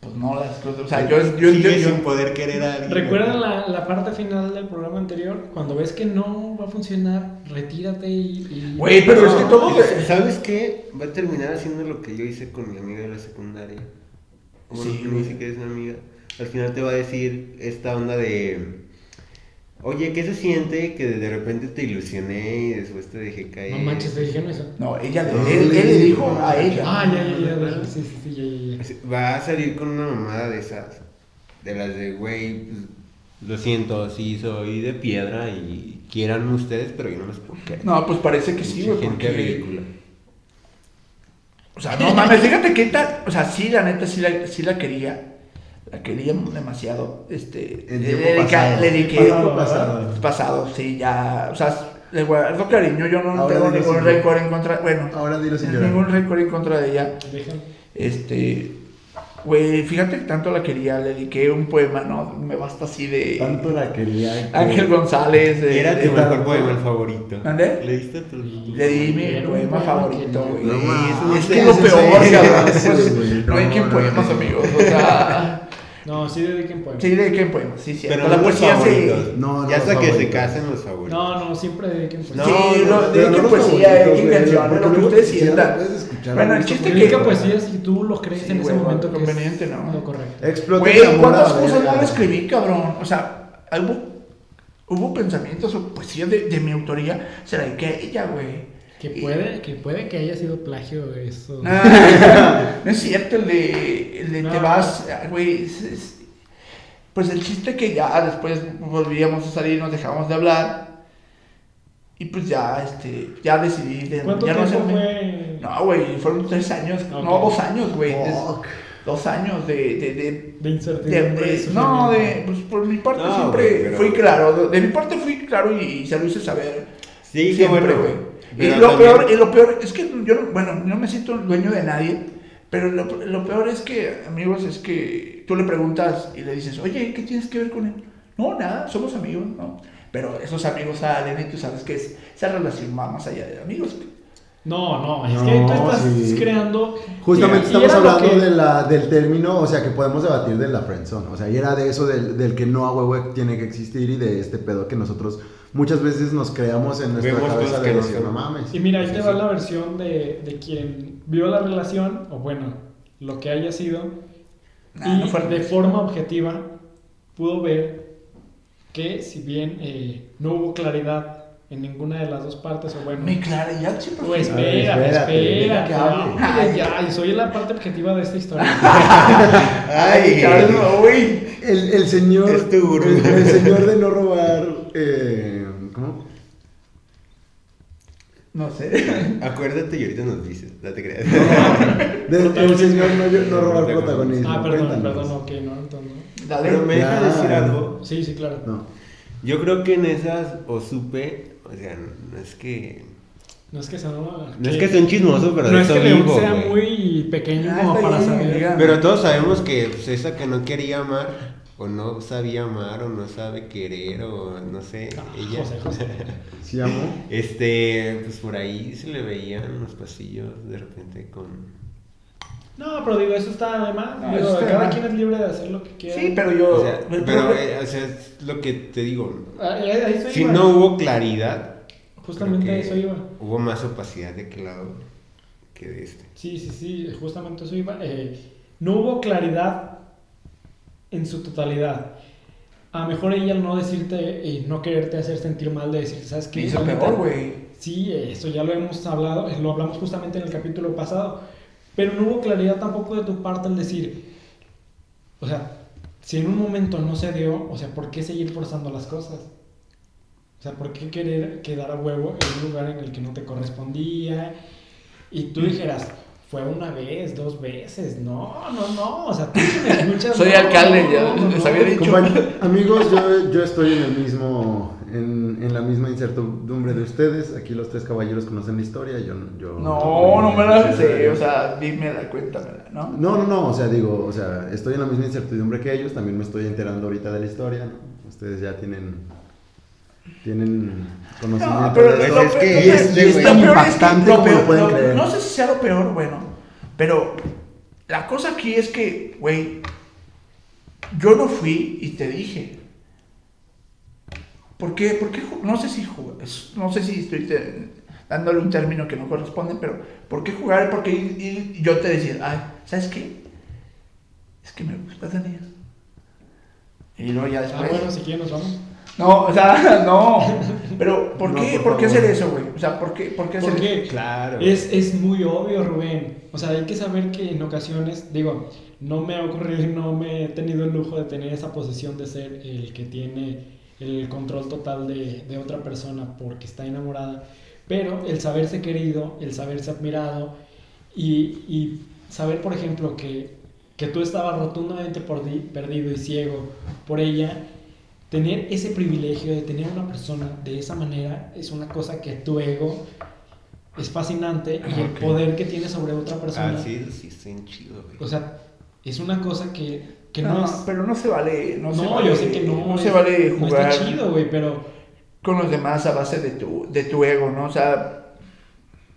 D: Pues no, las cosas. O sea, yo. yo, yo,
E: Sigue
D: yo-
E: sin poder querer a alguien.
C: Recuerda la, la parte final del programa anterior, cuando ves que no va a funcionar, retírate y... y-
D: Güey, pero es que todos.
E: ¿Sabes qué? Va a terminar haciendo lo que yo hice con mi amiga de la secundaria. Bueno,
D: Sí,
E: ni
D: güey.
E: siquiera es una amiga. Al final te va a decir esta onda de. Oye, ¿qué se siente que de repente te ilusioné y después te dejé caer?
C: No manches, te dijeron eso.
D: No, ella le,
F: No,
D: él,
F: le
D: él le
F: dijo.
D: dijo a ella.
C: Ah, ya, ya, ya, ya, sí, sí, sí, ya, ya, ya.
E: Va a salir con una mamada de esas. De las de, güey, pues, lo siento, así soy de piedra y quieran ustedes, pero yo no les puedo querer.
D: No, pues parece que sí, güey,
E: Gente
D: porque.
E: ridícula.
D: O sea, no mames, fíjate qué tal. O sea, sí, la neta, sí la, sí la quería. La quería demasiado. Este.
F: En
D: le
F: tiempo
D: dedica-
F: pasado.
D: Le dediqué.
F: Tiempo
D: pasado.
F: pasado.
D: sí, ya. O sea, le guardo cariño. Yo no
F: Ahora
D: tengo
F: dilo
D: ningún
F: sin llorar.
D: récord en contra. Bueno,
F: Ahora dilo sin llorar.
D: ningún récord en contra de ella.
C: Déjame.
D: Este. Güey, fíjate que tanto la quería. Le dediqué un poema, ¿no? Me basta así de.
F: Tanto la quería. que-
D: Ángel González. de-
E: Era
D: de-
E: tu
F: tal?
E: mejor poema el favorito.
D: ¿Mande?
E: ¿Le diste tu, tu
D: Le di mi
C: Era un
D: poema
C: poema
D: favorito,
C: que-
D: güey.
E: No,
F: No,
D: es
E: no
D: que
E: sé,
D: lo
E: sí,
D: peor,
E: sí.
D: cabrón,
F: Ah, Sí,
D: pues,
F: güey,
D: no hay
F: no,
D: quien
F: no,
D: poemas,
F: no.
D: amigos. O sea,
C: No, sí, dediquen poemas.
D: sí, de quien poemas, sí, sí.
E: Pero
D: la
E: no los
D: poesía sí.
E: favoritos.
F: No, no
E: ya hasta
F: los
E: que se
F: favoritos.
E: casen los favoritos.
C: No, no, siempre dediquen
D: Sí,
E: No,
C: poemas.
D: no,
E: no,
D: de
F: pero
D: quien
F: no los
D: poesía, de
F: favoritos,
D: quien
F: güey,
D: canciones, lo
F: porque
D: que
F: luego
D: ustedes
F: si ya
D: sientan.
F: lo puedes escuchar,
D: Bueno, el
F: güey,
D: chiste
C: Dedica
D: que.
C: poesía si tú lo crees
D: Sí,
C: en ese
D: güey,
C: momento que
D: conveniente,
C: es
D: ¿no? Eh,
C: lo correcto.
F: Explota el
D: Güey,
F: amor
D: ¿cuántas
F: a la
D: cosas
F: verga.
D: no le escribí, cabrón? O sea, hubo, hubo pensamientos o poesía de, de mi autoría. Se la dediqué a ella, güey.
C: Que
D: Y-
C: puede, que puede que haya sido plagio de eso.
D: Ah, no es cierto, el de, el de te
C: No.
D: vas, ah, güey. es- es- Pues el chiste que ya después volvíamos a salir, nos dejamos de hablar. Y pues ya, este, ya decidí. De,
C: ¿Cuánto
D: ya no
C: tiempo
D: hacerme-
C: fue?
D: No, güey, fueron tres años, no,
C: Ok.
D: dos años, güey. des-
F: Fuck.
D: Dos años de. de, de-
C: De
D: de-
C: incertidumbre. y
D: de-
C: sufrimiento.
D: no, de, pues por mi parte
E: No,
D: siempre
E: güey, pero-
D: fui claro. De, de mi parte fui claro y, y se lo hice saber.
E: Sí, qué
D: Siempre,
E: bueno.
D: güey. Y
E: Pero
D: lo,
E: también-
D: peor, y lo peor es que yo, no- bueno, no me siento dueño de nadie, pero lo, lo peor es que, amigos, es que tú le preguntas y le dices, oye, ¿qué tienes que ver con él? No, nada, somos amigos, ¿no? Pero esos amigos salen y tú sabes que es, esa relación va más allá de amigos. güey.
C: No, no, es
F: No,
C: que tú estás
F: sí.
C: creando.
F: Justamente
C: Y- y
F: estamos
C: era lo
F: hablando
C: que-
F: de la, del término, o sea, que podemos debatir de la friendzone. O sea, y era de eso del, del que no a huevo tiene que existir y de este pedo que nosotros muchas veces nos creamos en nuestra
E: Vemos
F: cabeza
E: cosas
F: de
E: que no
F: decir,
E: son".
F: no mames.
C: Y mira, ahí
E: Sí,
C: te va
E: sí.
C: la versión de, de quien vio la relación, o bueno, lo que haya sido,
D: Nah,
C: y
D: no fue-
C: de forma objetiva pudo ver que si bien eh, no hubo claridad en ninguna de las dos partes, o bueno,
D: Mi Clara, ya siempre fue-
C: pues
F: A ver,
C: espérate,
F: espérate,
C: espérate,
D: que hable.
C: ay, ay, ay, soy la parte objetiva de esta historia. Ah,
E: Ay, [LAUGHS]
D: Claro, güey.
F: El, el señor.
E: Es tu gurú.
F: El, el señor de no robar. eh, ¿Cómo?
D: No sé.
E: acuérdate y ahorita nos dices. No te creas.
F: De- el señor no, no robar protagonismo.
C: ah, perdón,
F: Cuéntanos.
C: perdón, ok, no, entonces no.
D: Dale.
E: Pero me deja
F: Ya.
E: decir algo.
C: Sí, sí, claro. No,
F: No.
E: Yo creo que en esas o supe, o sea, no es que
C: es que sea
E: no es que sea un chismoso, pero
C: No
E: de
C: es
E: eso
C: que León
E: vivo,
C: sea
E: güey.
C: muy pequeño
D: Ah,
C: como
D: está
C: para
D: bien,
C: saber.
D: diga.
E: Pero todos sabemos que pues, esa que no quería amar o no sabía amar o no sabe querer o no sé,
C: Ah,
E: ella
C: José, José.
F: ¿Sí amo?
E: Este, pues por ahí se le veían los pasillos de repente con.
C: No, pero digo, eso está además.
D: No, eso está de
C: cada
D: más.
C: quien es libre de hacer lo que quiera.
D: Sí, pero yo.
E: O sea,
D: pero-
E: pero, eh, o sea, es lo que te digo.
C: Ahí, Ah, eh, ahí eso
E: Si
C: iba.
E: no hubo claridad,
C: Justamente
E: creo
C: a
E: que
C: eso iba.
E: Hubo más opacidad de aquel lado que de este.
C: Sí, sí, sí, justamente eso iba. Eh, no hubo claridad en su totalidad. A lo mejor ella al no decirte y no quererte hacer sentir mal de decir, ¿sabes
D: me
C: qué?
D: hizo
C: La neta,
D: peor, güey.
C: Sí, eso ya lo hemos hablado, eh, lo hablamos justamente en el capítulo pasado, pero no hubo claridad tampoco de tu parte al decir, o sea, si en un momento no se dio, o sea, ¿por qué seguir forzando las cosas? O sea, ¿por qué querer quedar a huevo en un lugar en el que no te correspondía? Y tú dijeras, fue una vez, dos veces. No, no, no. O sea, tú
D: [LAUGHS]
C: tienes muchas.
D: Soy
C: no,
D: alcalde,
C: no,
D: ya
C: no,
D: les
C: no.
D: había dicho.
F: Compañ- amigos, yo, yo estoy en el mismo, en, en la misma incertidumbre de ustedes. Aquí los tres caballeros conocen la historia. Yo, yo
D: No, no me la sé, o sea, dímela, cuéntamela, ¿no?
F: No, no, no, o sea, digo, o sea, estoy en la misma incertidumbre que ellos, también me estoy enterando ahorita de la historia, ¿no? Ustedes ya tienen, tienen conocimiento
D: No, pero
F: de
E: es
D: lo
F: esto.
E: que
D: peor-
F: y es,
E: este,
F: y es
E: güey.
F: tan
D: lo peor es que-
F: impactante
D: lo
F: como
D: peor-
F: lo pueden
D: lo-
F: creer.
D: No sé si sea lo peor, bueno, pero la cosa aquí es que, güey, yo no fui y te dije. ¿Por qué? ¿Por qué ju- No sé si jugar, no sé si estoy te- dándole un término que no corresponde, pero ¿por qué jugar? Porque yo te decía, ay, ¿sabes qué? Es que me gusta tener. Y luego ya
C: Ah,
D: después.
C: bueno, si quieren nos vamos.
D: No, o sea, [LAUGHS] no. Pero, ¿por
F: No,
D: qué,
F: por
D: por qué
F: favor.
D: hacer eso, güey? O sea, ¿por qué, por qué hacer eso?
C: Porque
E: Claro.
C: es, es muy obvio, Rubén. O sea, hay que saber que en ocasiones, digo, no me ha ocurrido, no me he tenido el lujo de tener esa posesión de ser el que tiene el control total de, de otra persona porque está enamorada. Pero el saberse querido, el saberse admirado y, y saber, por ejemplo, que, que tú estabas rotundamente por di- perdido y ciego por ella, tener ese privilegio de tener una persona de esa manera es una cosa que tu ego es fascinante y el
E: Ah, Ok.
C: poder que tiene sobre otra persona.
E: Ah, sí, sí, sí, chido, güey.
C: O sea, es una cosa que, que
D: no,
C: no, es.
D: Ah, pero no se vale. No,
C: No,
D: se vale,
C: yo sé que no.
D: No
C: es-
D: se vale
C: no
D: jugar
C: está chido, güey, pero.
D: con los demás a base de tu, de tu ego, ¿no? O sea,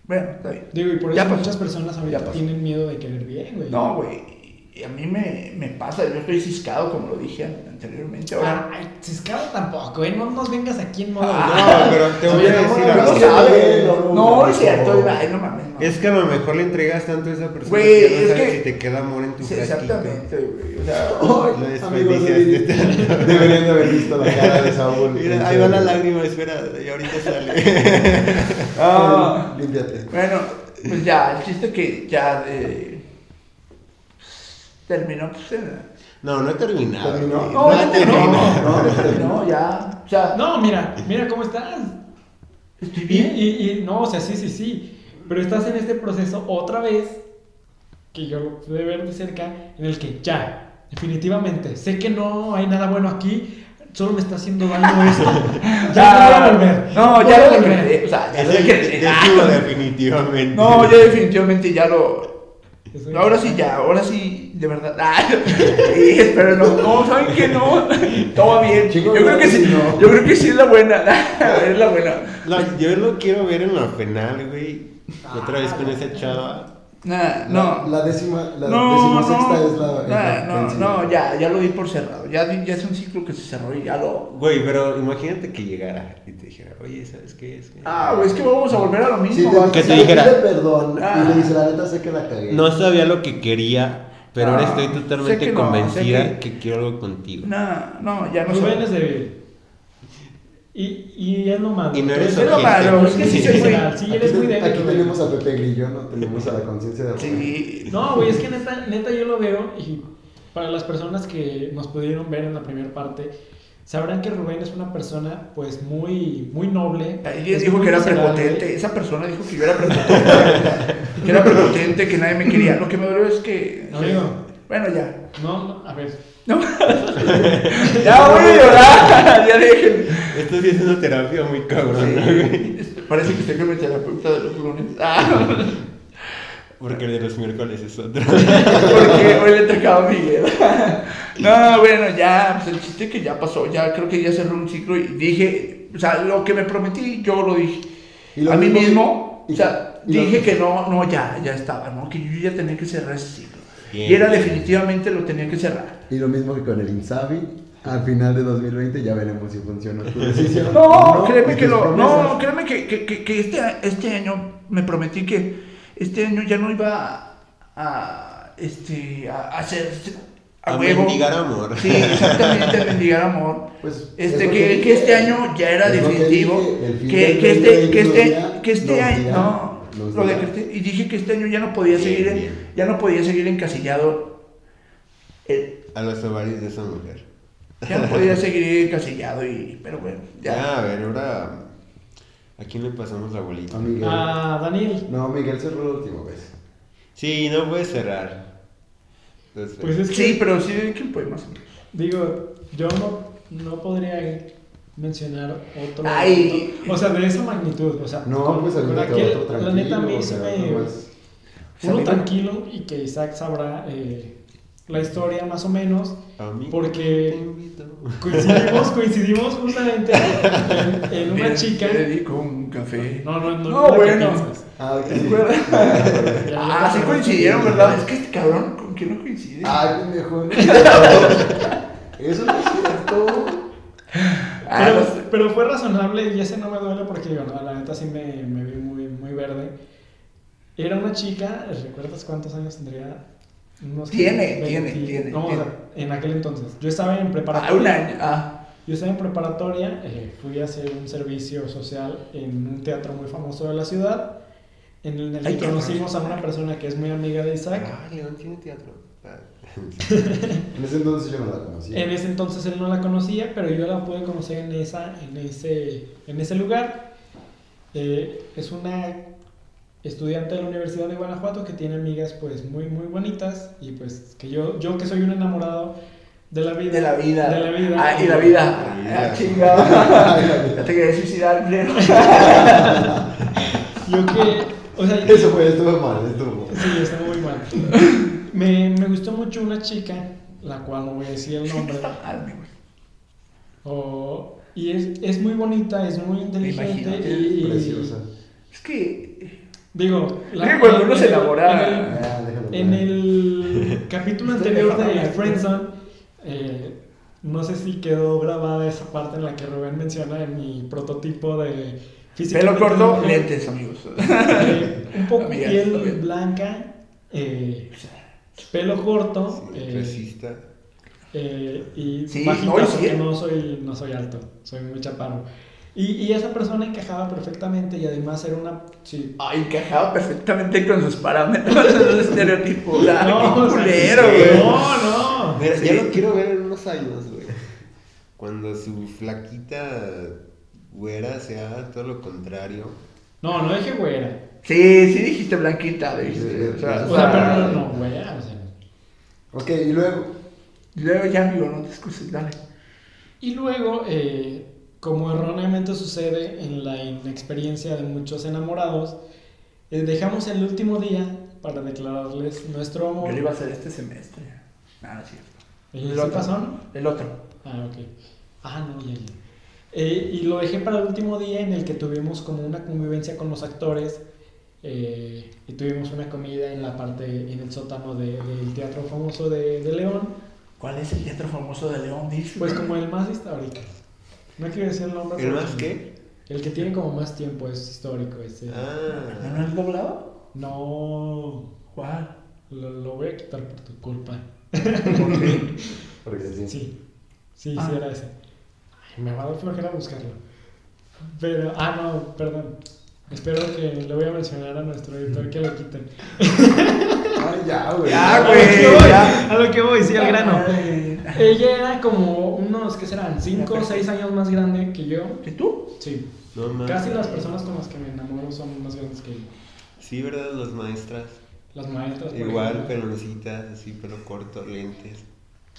D: bueno, está bien.
C: Digo, y por
D: Ya
C: eso
D: pasó.
C: muchas personas
D: Ya
C: ahorita
D: pasó.
C: tienen miedo de querer bien, güey.
D: No, güey. y A mí me, me pasa, yo estoy ciscado, como lo dije anteriormente. Ahora,
C: Ah, Ay, pues ciscado tampoco, ¿eh? No nos vengas aquí en modo.
E: Ah, no, pero te voy a decir
D: no,
E: algo.
D: no sabe,
F: no, no,
D: no,
F: no,
D: es cierto,
F: no.
D: ay, no mames, no.
E: Es que a lo mejor le entregas tanto a esa persona
D: Güey,
E: que ya no
D: es
E: sabes
D: que-
E: si te queda amor en tu
D: Sí,
E: frasquito.
D: exactamente, güey. O sea,
F: Ay,
E: Lo
F: amigos,
E: desperdiciaste
F: deberían, este, deberían de haber visto la cara de Saúl.
E: Mira, ahí va la lágrima, espera, y ahorita sale.
D: Ah.
F: Ay, Límpiate.
D: Bueno, pues ya, el chiste que ya eh, terminó, pues. eh,
E: [LAUGHS] No, no he terminado.
F: Terminó.
E: güey.
F: No,
E: No, he
F: no,
E: terminado.
D: no, no, terminó, ya. O sea,
C: No, mira, mira cómo estás.
D: estoy
C: Y,
D: bien.
C: y- y- no, o sea, sí, sí, sí. Pero estás en este proceso otra vez, que yo lo pude ver de cerca, en el que ya, definitivamente, sé que no hay nada bueno aquí, solo me está haciendo daño esto. ya no voy a volver.
D: No,
C: voy
D: ya
C: a
D: lo
C: volver.
D: decreté. O sea, ya
E: Es
D: lo
E: el
D: decreté.
E: destino, definitivamente.
D: Ah. No, yo definitivamente ya lo.
C: Eso es.
D: Ahora sí, ya, ahora sí, de verdad. Ah, [LAUGHS] sí, espero no. No, ¿saben que no? Todo bien,
F: Chicos,
D: Yo creo que
F: no,
D: sí,
F: no.
D: yo creo que sí es la buena. [LAUGHS] Es la buena.
E: Lo- yo lo quiero ver en la penal, güey.
D: Ah,
E: Otra vez con esa chava.
D: Nah,
F: La,
D: no.
F: la décima, la
D: no,
F: decimosexta
D: no,
F: es la. es la
D: nah, no,
F: vencida.
D: no, ya, ya lo di por cerrado. Ya, di- ya es un ciclo que se cerró y ya lo.
E: Güey, pero imagínate que llegara y te dijera, oye, ¿sabes qué es? que-
D: Ah, güey, es que vamos a volver a lo
F: Si
D: mismo.
F: te,
D: güey.
E: Que te
F: si
E: dijera.
F: pide perdón
D: Ah.
F: y le dice, la neta sé que la cagué.
E: No sabía lo que quería, pero ahora
D: Ah,
E: estoy
D: sé
E: totalmente
D: que no,
E: convencida
D: sé
E: que... quiero algo contigo.
D: Nah, no, ya no se
C: Rubén es débil. Y, y es lo malo.
E: Y no eres
C: Pero
D: lo
E: ojete.
D: malo,
C: es que sí
D: Sí,
C: soy
D: güey.
C: muy- sí,
F: Aquí,
C: eres
F: te-
C: muy débil.
F: aquí
C: Rubén.
F: tenemos a Pepe Grillo, no tenemos a la conciencia de
D: Sí.
C: No, güey, es que neta, neta yo lo veo y para las personas que nos pudieron ver en la primera parte, sabrán que Rubén es una persona pues muy, muy noble.
D: Ella
C: es
D: dijo
C: muy ¿eh?
D: que era
C: miserable.
D: prepotente. Esa persona dijo que yo era prepotente. que era prepotente, que nadie me quería. Lo que me dolió es que.
C: Amigo.
D: Bueno, ya.
C: No, no, a ver.
D: No.
F: [LAUGHS]
D: ya voy a llorar. ya dejen.
E: Esto sí es una terapia muy cabrón, ¿no, güey?
D: Parece que estoy con mi terapeuta de los lunes. Ah,
E: Porque el de los miércoles
D: [LAUGHS]
E: es otro.
F: [LAUGHS]
D: porque hoy le tocaba a Miguel. no, bueno, ya. Pues el chiste que ya pasó. Ya creo que ya cerró un ciclo y dije. O sea, lo que me prometí, yo lo dije.
F: Y lo
D: a mí
F: mismo-
D: mismo,
F: y-
D: o sea,
F: y lo-
D: dije que no, no, ya, ya estaba, ¿no? Que yo ya tenía que cerrar ese ciclo.
E: Bien.
D: Y era definitivamente lo tenía que cerrar.
F: Y lo mismo que con el Insabi. Al final de 2020 ya veremos si funciona tu decisión.
D: [LAUGHS] No,
F: o
D: créeme
F: y
D: que
F: tus
D: lo,
F: promesas.
D: no, créeme que, que, que, que este, este año me prometí que este año ya no iba a, a, este, a, a hacer
E: A
D: huevo.
E: mendigar amor.
D: Sí, exactamente, a mendigar amor.
F: [LAUGHS] Pues, es
D: Este,
F: lo
D: que,
F: dije,
D: que este año ya era
F: es lo que
D: definitivo.
F: dije, el fin
D: Que,
F: del
D: que este, que
F: 2020
D: este,
F: nos
D: que este
F: dirá,
D: año.
F: nos
D: No,
F: dirá, nos
D: lo
F: dirá.
D: decreté. Y dije que este año ya no podía
E: Bien,
D: seguir, en-
E: bien.
D: ya no podía seguir encasillado. eh,
E: A los ovarios de esa mujer.
D: ya no
F: [LAUGHS]
D: podía seguir encasillado y. Pero bueno,
E: Ya,
D: ya.
E: a ver, ahora. ¿A quién le pasamos la bolita?
F: A Miguel.
C: Ah. A Daniel.
F: No, Miguel cerró la última vez.
E: Sí, no puedes cerrar. Entonces,
C: Pues es que,
D: Sí, pero sí, ¿quién puede más?
C: digo, yo no, no podría mencionar otro,
D: Ay.
C: otro- O sea, de esa magnitud. O sea,
F: No, pues
C: con
F: ahorita
C: aquel,
F: otro
C: La neta a mí
F: tranquilo, o
C: se
F: sea,
C: me.
F: no es-
C: Uno
D: Salido.
C: tranquilo y que Isaac sabrá eh, la historia más o menos.
E: a mí
C: porque-
E: te invito.
C: Coincidimos, coincidimos justamente en, en una
D: Bien,
C: chica.
D: Te dedico un café. Ah,
C: No, no, no.
D: No,
C: la que
D: bueno.
C: piensas.
F: Ah, ok.
D: Recuerda.
C: Ya, ya
D: Ah, sí
C: pasó.
D: coincidieron, ¿verdad? Es que este cabrón, ¿con quién no coincide?
F: Ay, pendejo.
D: [LAUGHS]
F: Eso no es cierto.
D: Ah,
C: Pero,
D: no sé.
C: pero fue razonable y ese no me duele porque digo, no, la neta sí me, me vi muy, muy verde. Era una chica, ¿recuerdas cuántos años tendría? Unos
D: Tiene, tiene, tiene,
C: No, o sea, en aquel entonces. Yo estaba en
D: Ah, un
C: preparatoria.
D: año. Ah,
C: Yo estaba en preparatoria, eh, fui a hacer un servicio social en un teatro muy famoso de la ciudad, en el, que
D: Ay, qué
C: conocimos a una persona que es muy amiga de Isaac.
E: Ah, León tiene teatro.
C: [LAUGHS]
E: Ah.
F: En ese entonces yo no la conocía.
C: En ese entonces él no la conocía, pero yo la pude conocer en, esa, en, ese, en ese lugar. Eh, es una estudiante de la Universidad de Guanajuato que tiene amigas pues muy muy bonitas y pues que yo, yo que soy un enamorado de la vida.
D: de la vida.
C: De la vida.
D: Ah, y la vida.
E: La vida.
C: [LAUGHS]
D: Ah, chingada. Ya te quería suicidar, pleno.
C: Yo que... O
D: [LAUGHS]
C: sea,
F: Eso fue, estuvo mal, estuvo mal.
C: Sí, está muy mal. [LAUGHS] Me, me gustó mucho una chica, la cual no voy a decir el
D: [LAUGHS]
C: nombre.
D: Ah,
C: o- y es, es muy bonita, es muy inteligente.
D: imagino.
C: y- y-
F: Preciosa.
D: Es que.
C: Digo,
D: Es que cuando uno
C: en
D: se
C: el-
D: enamora-
C: en el-
F: Ah, déjalo.
C: En el capítulo
D: Estoy
C: anterior de
D: enamorado.
C: Friendzone, eh, no sé si quedó grabada esa parte en la que Rubén menciona en mi prototipo de físico.
D: Pelo corto,
C: [LAUGHS]
D: lentes, amigos.
C: eh, un poco
D: Amigas,
C: piel
D: está bien.
C: blanca, eh, pelo corto.
E: Sí,
C: eh,
E: Racista.
C: eh, y
D: Sí,
C: bajito
D: no, y sí,
C: porque
D: eh.
C: no soy, no soy alto, soy muy chaparro. Y, y esa persona encajaba perfectamente y además era una... Sí.
D: Ay, encajaba perfectamente con sus parámetros, [LAUGHS] los estereotipos. Ah,
C: o
D: qué
C: sea,
D: culero,
E: sí,
D: güey.
C: No, no.
E: Mira,
D: Sí.
E: ya lo quiero ver en unos años, güey. Cuando su flaquita güera sea todo lo contrario.
C: No, no dije güera.
D: Sí, sí dijiste blanquita, dijiste. O sea,
C: O
F: O
C: sea,
F: sea,
C: pero no, no, güera. O sea.
F: Ok, y luego.
D: Luego ya, amigo, no te excuses, dale.
C: Y luego, eh, como erróneamente sucede en la inexperiencia de muchos enamorados, eh, dejamos el último día para declararles nuestro amor.
D: Yo lo iba a hacer este semestre. Nada, no es cierto.
C: ¿Y sí pasó, no?
D: El otro.
C: Ah, ok. Ah, no, ya, ya. Eh, y lo dejé para el último día en el que tuvimos como una convivencia con los actores eh, y tuvimos una comida en la parte, en el sótano de- del teatro famoso de, de León,
D: ¿Cuál es el teatro famoso de León? Dice.
C: pues como el más histórico. No quiero decir el nombre.
E: ¿El
C: porque-
E: más qué?
C: El que tiene como más tiempo es histórico. Ese.
D: ¿No,
E: Ah.
D: no es doblado?
C: No,
D: ¿Cuál?
C: lo, lo voy a quitar por tu culpa.
F: Porque sí.
C: Sí, sí,
D: Ah.
C: sí era ese. Ay, me va a dar flojera buscarlo. Pero, ah, no, perdón. Espero que le voy a mencionar a nuestro editor que lo quiten.
F: Ay, ya, güey.
D: Ya,
C: a, lo que voy,
D: güey. ya.
C: a lo que voy, sí, al grano.
D: Ay.
C: Ella era como unos, ¿qué serán? 5 o 6 años más grande que yo.
D: ¿Y tú?
C: Sí,
E: No mames.
C: casi las personas con las que me enamoro son más grandes que yo.
E: Sí, ¿verdad? Las maestras.
C: Las maestras. por
E: Igual,
C: ejemplo.
E: peloncitas, así, pelo corto, lentes.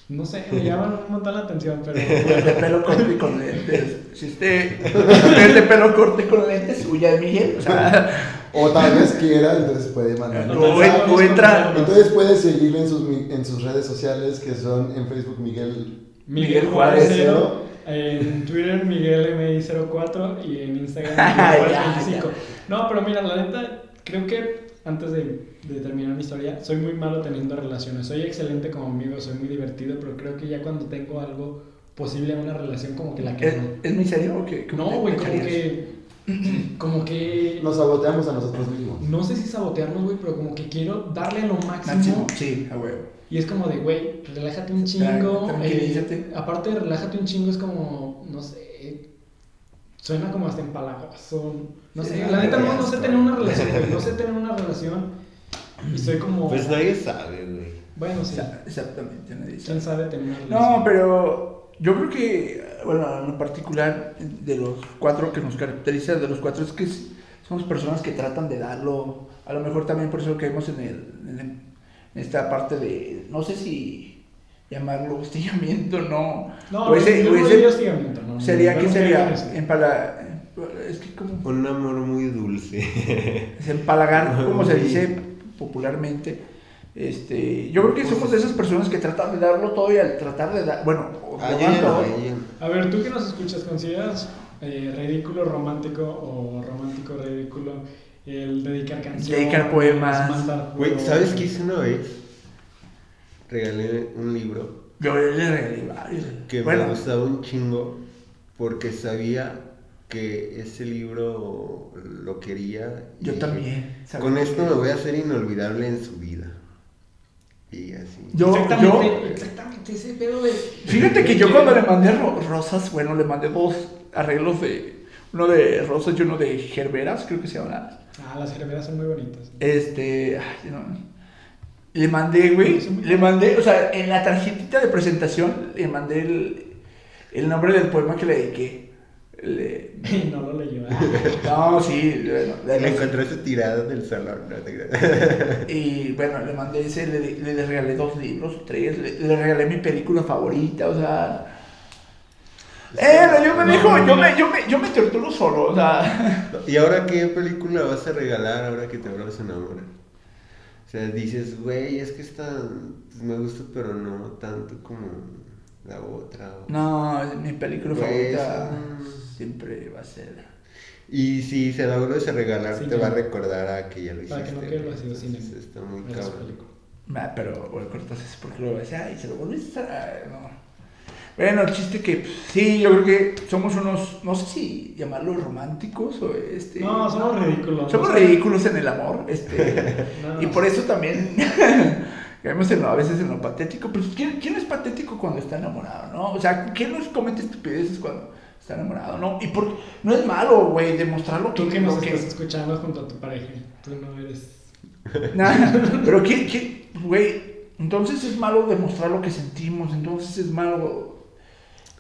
C: No sé, me llaman un montón la atención, pero.
D: El de pelo corto y con lentes. Si usted es de pelo corto y con lentes, huya de Miguel.
C: [LAUGHS]
D: O sea,
F: O tal vez quiera, entonces puede mandar.
D: No, güey, tú entra-
F: Entonces puedes seguirle en sus, mi- en sus redes sociales que son en Facebook Miguel.
C: Miguel
D: Miguel
C: Juárez
D: Juárez
C: 0, en Twitter Miguel MI04 y en Instagram
D: [LAUGHS] Ya,
C: Miguel
D: ya.
C: Juárez 25. No, pero mira, la neta, creo que antes de, de terminar mi historia, soy muy malo teniendo relaciones. Soy excelente como amigo, soy muy divertido, pero creo que ya cuando tengo algo posible en una relación, como que la
D: ¿es,
C: quemo.
D: ¿es muy serio o Eh, qué? ¿Cómo
C: No,
D: te-
C: güey,
D: te
C: como
D: echarías?
C: que. [CLEARS THROAT] Como que.
F: Nos saboteamos a nosotros mismos.
C: No sé si sabotearnos, güey, pero como que quiero darle lo máximo
D: Máximo, sí, a huevo.
C: y es como de, güey, relájate un chingo.
D: Tran- tranquilízate.
C: eh, aparte, de relájate un chingo es como, no sé, suena como hasta empalagoso. No
D: Sí,
C: sé,
D: no,
C: la neta no,
D: no,
C: no sé
D: no.
C: tener una
D: [LAUGHS]
C: relación, güey, no sé tener una relación. Y soy como,
E: Pues nadie sabe, güey.
C: bueno, sí,
D: Exa- Exactamente, nadie sabe.
C: quién sabe tener una relación.
D: No, pero yo creo que, bueno, en particular, de los cuatro que nos caracteriza, de los cuatro es que s- somos personas que tratan de darlo a lo mejor también por eso caemos en, el, en, en esta parte de, no sé si llamarlo hostigamiento, no.
C: No,
D: O ese-
C: yo
D: o
C: no
D: ese-
C: diría hostigamiento, no, no,
D: eh, pues, Sería,
C: no,
D: ¿qué
C: no
D: sería?
C: diría eso.
D: Empala, es que como,
E: Un amor muy
C: [LAUGHS]
E: dulce.
D: es empalagar, como se
E: Sí.
D: dice popularmente. Este, yo creo que somos de esas personas que tratan de darlo todo y al tratar de dar, bueno, o
E: Ah,
D: lo
E: yo ya
D: dan
E: no,
D: todo.
E: yo ya no.
C: A ver, tú que nos escuchas, ¿consideras eh, ridículo romántico o romántico ridículo el dedicar canciones?
D: Dedicar poemas.
C: mandar
E: Güey,
C: flores?
E: ¿sabes qué hice una vez? Regalé un libro.
D: Yo le regalé varios.
E: que
D: Bueno,
E: me gustaba un chingo porque sabía que ese libro lo quería. y
D: Yo
E: dije,
D: también, sabía
E: Con
D: que
E: esto
D: quería".
E: me voy a hacer inolvidable en su vida. Y así.
D: Yo-
C: Exactamente,
D: yo-
C: exactamente ese pedo de.
D: Fíjate que
C: de
D: yo cuando le mandé ro- rosas, bueno, le mandé dos arreglos de. Uno de rosas y uno de gerberas, creo que se llama.
C: Ah, las cervezas son muy bonitas. [LAUGHS]
D: Este. ay, no. Le mandé, güey. Le mandé, o sea, en la tarjetita de presentación le mandé el, el nombre del poema que le dediqué. Le-
C: no lo leyó. Ah,
D: no, sí, bueno,
E: Y
D: le-
E: la encontraste tirada del salón. [LAUGHS] no te creas.
D: Eh, y bueno, le mandé ese, le, le- le regalé dos libros, tres, le, le regalé mi película favorita, o sea. Eh, no, yo me
C: No,
D: dijo,
C: no,
D: yo,
C: no.
D: me, yo, me, yo me torturo solo, o sea. [LAUGHS]
E: ¿Y ahora qué película vas a regalar ahora que te vuelvas a enamorar? O sea, dices, güey, es que esta pues, me gusta, pero no tanto como la otra. o-
D: No, mi película
E: Pues,
D: favorita
C: ah.
E: mm.
D: siempre va a ser.
E: Y si se la vuelves a regalar,
C: Sí,
E: te va a
C: no.
E: recordar a que ya lo hiciste.
C: Para que no quede
E: güey.
C: vacío sin
E: Entonces,
C: él.
E: Está muy
C: Ver su
E: cabrón.
C: película.
D: Nah, ah, pero bueno, cortas eso porque luego vas a decir, ay, se lo volviste a. No. Bueno, el chiste que pues, sí, yo creo que somos unos, no sé si llamarlos románticos o este.
C: No, somos ridículos.
D: Somos
C: O sea,
D: ridículos en el amor,
C: [LAUGHS]
D: este.
C: No, no.
D: y por eso también [LAUGHS] caemos en lo- a veces en lo patético. Pero ¿quién, quién es patético cuando está enamorado, no? O sea, ¿quién nos comete estupideces cuando está enamorado, no? Y por, no es malo, güey, demostrar lo que...
C: Tú que nos
D: lo que- [LAUGHS]
C: estás escuchando junto a tu pareja, tú no eres.
D: Nah, pero ¿quién, quién, güey? Entonces es malo demostrar lo que sentimos, entonces es malo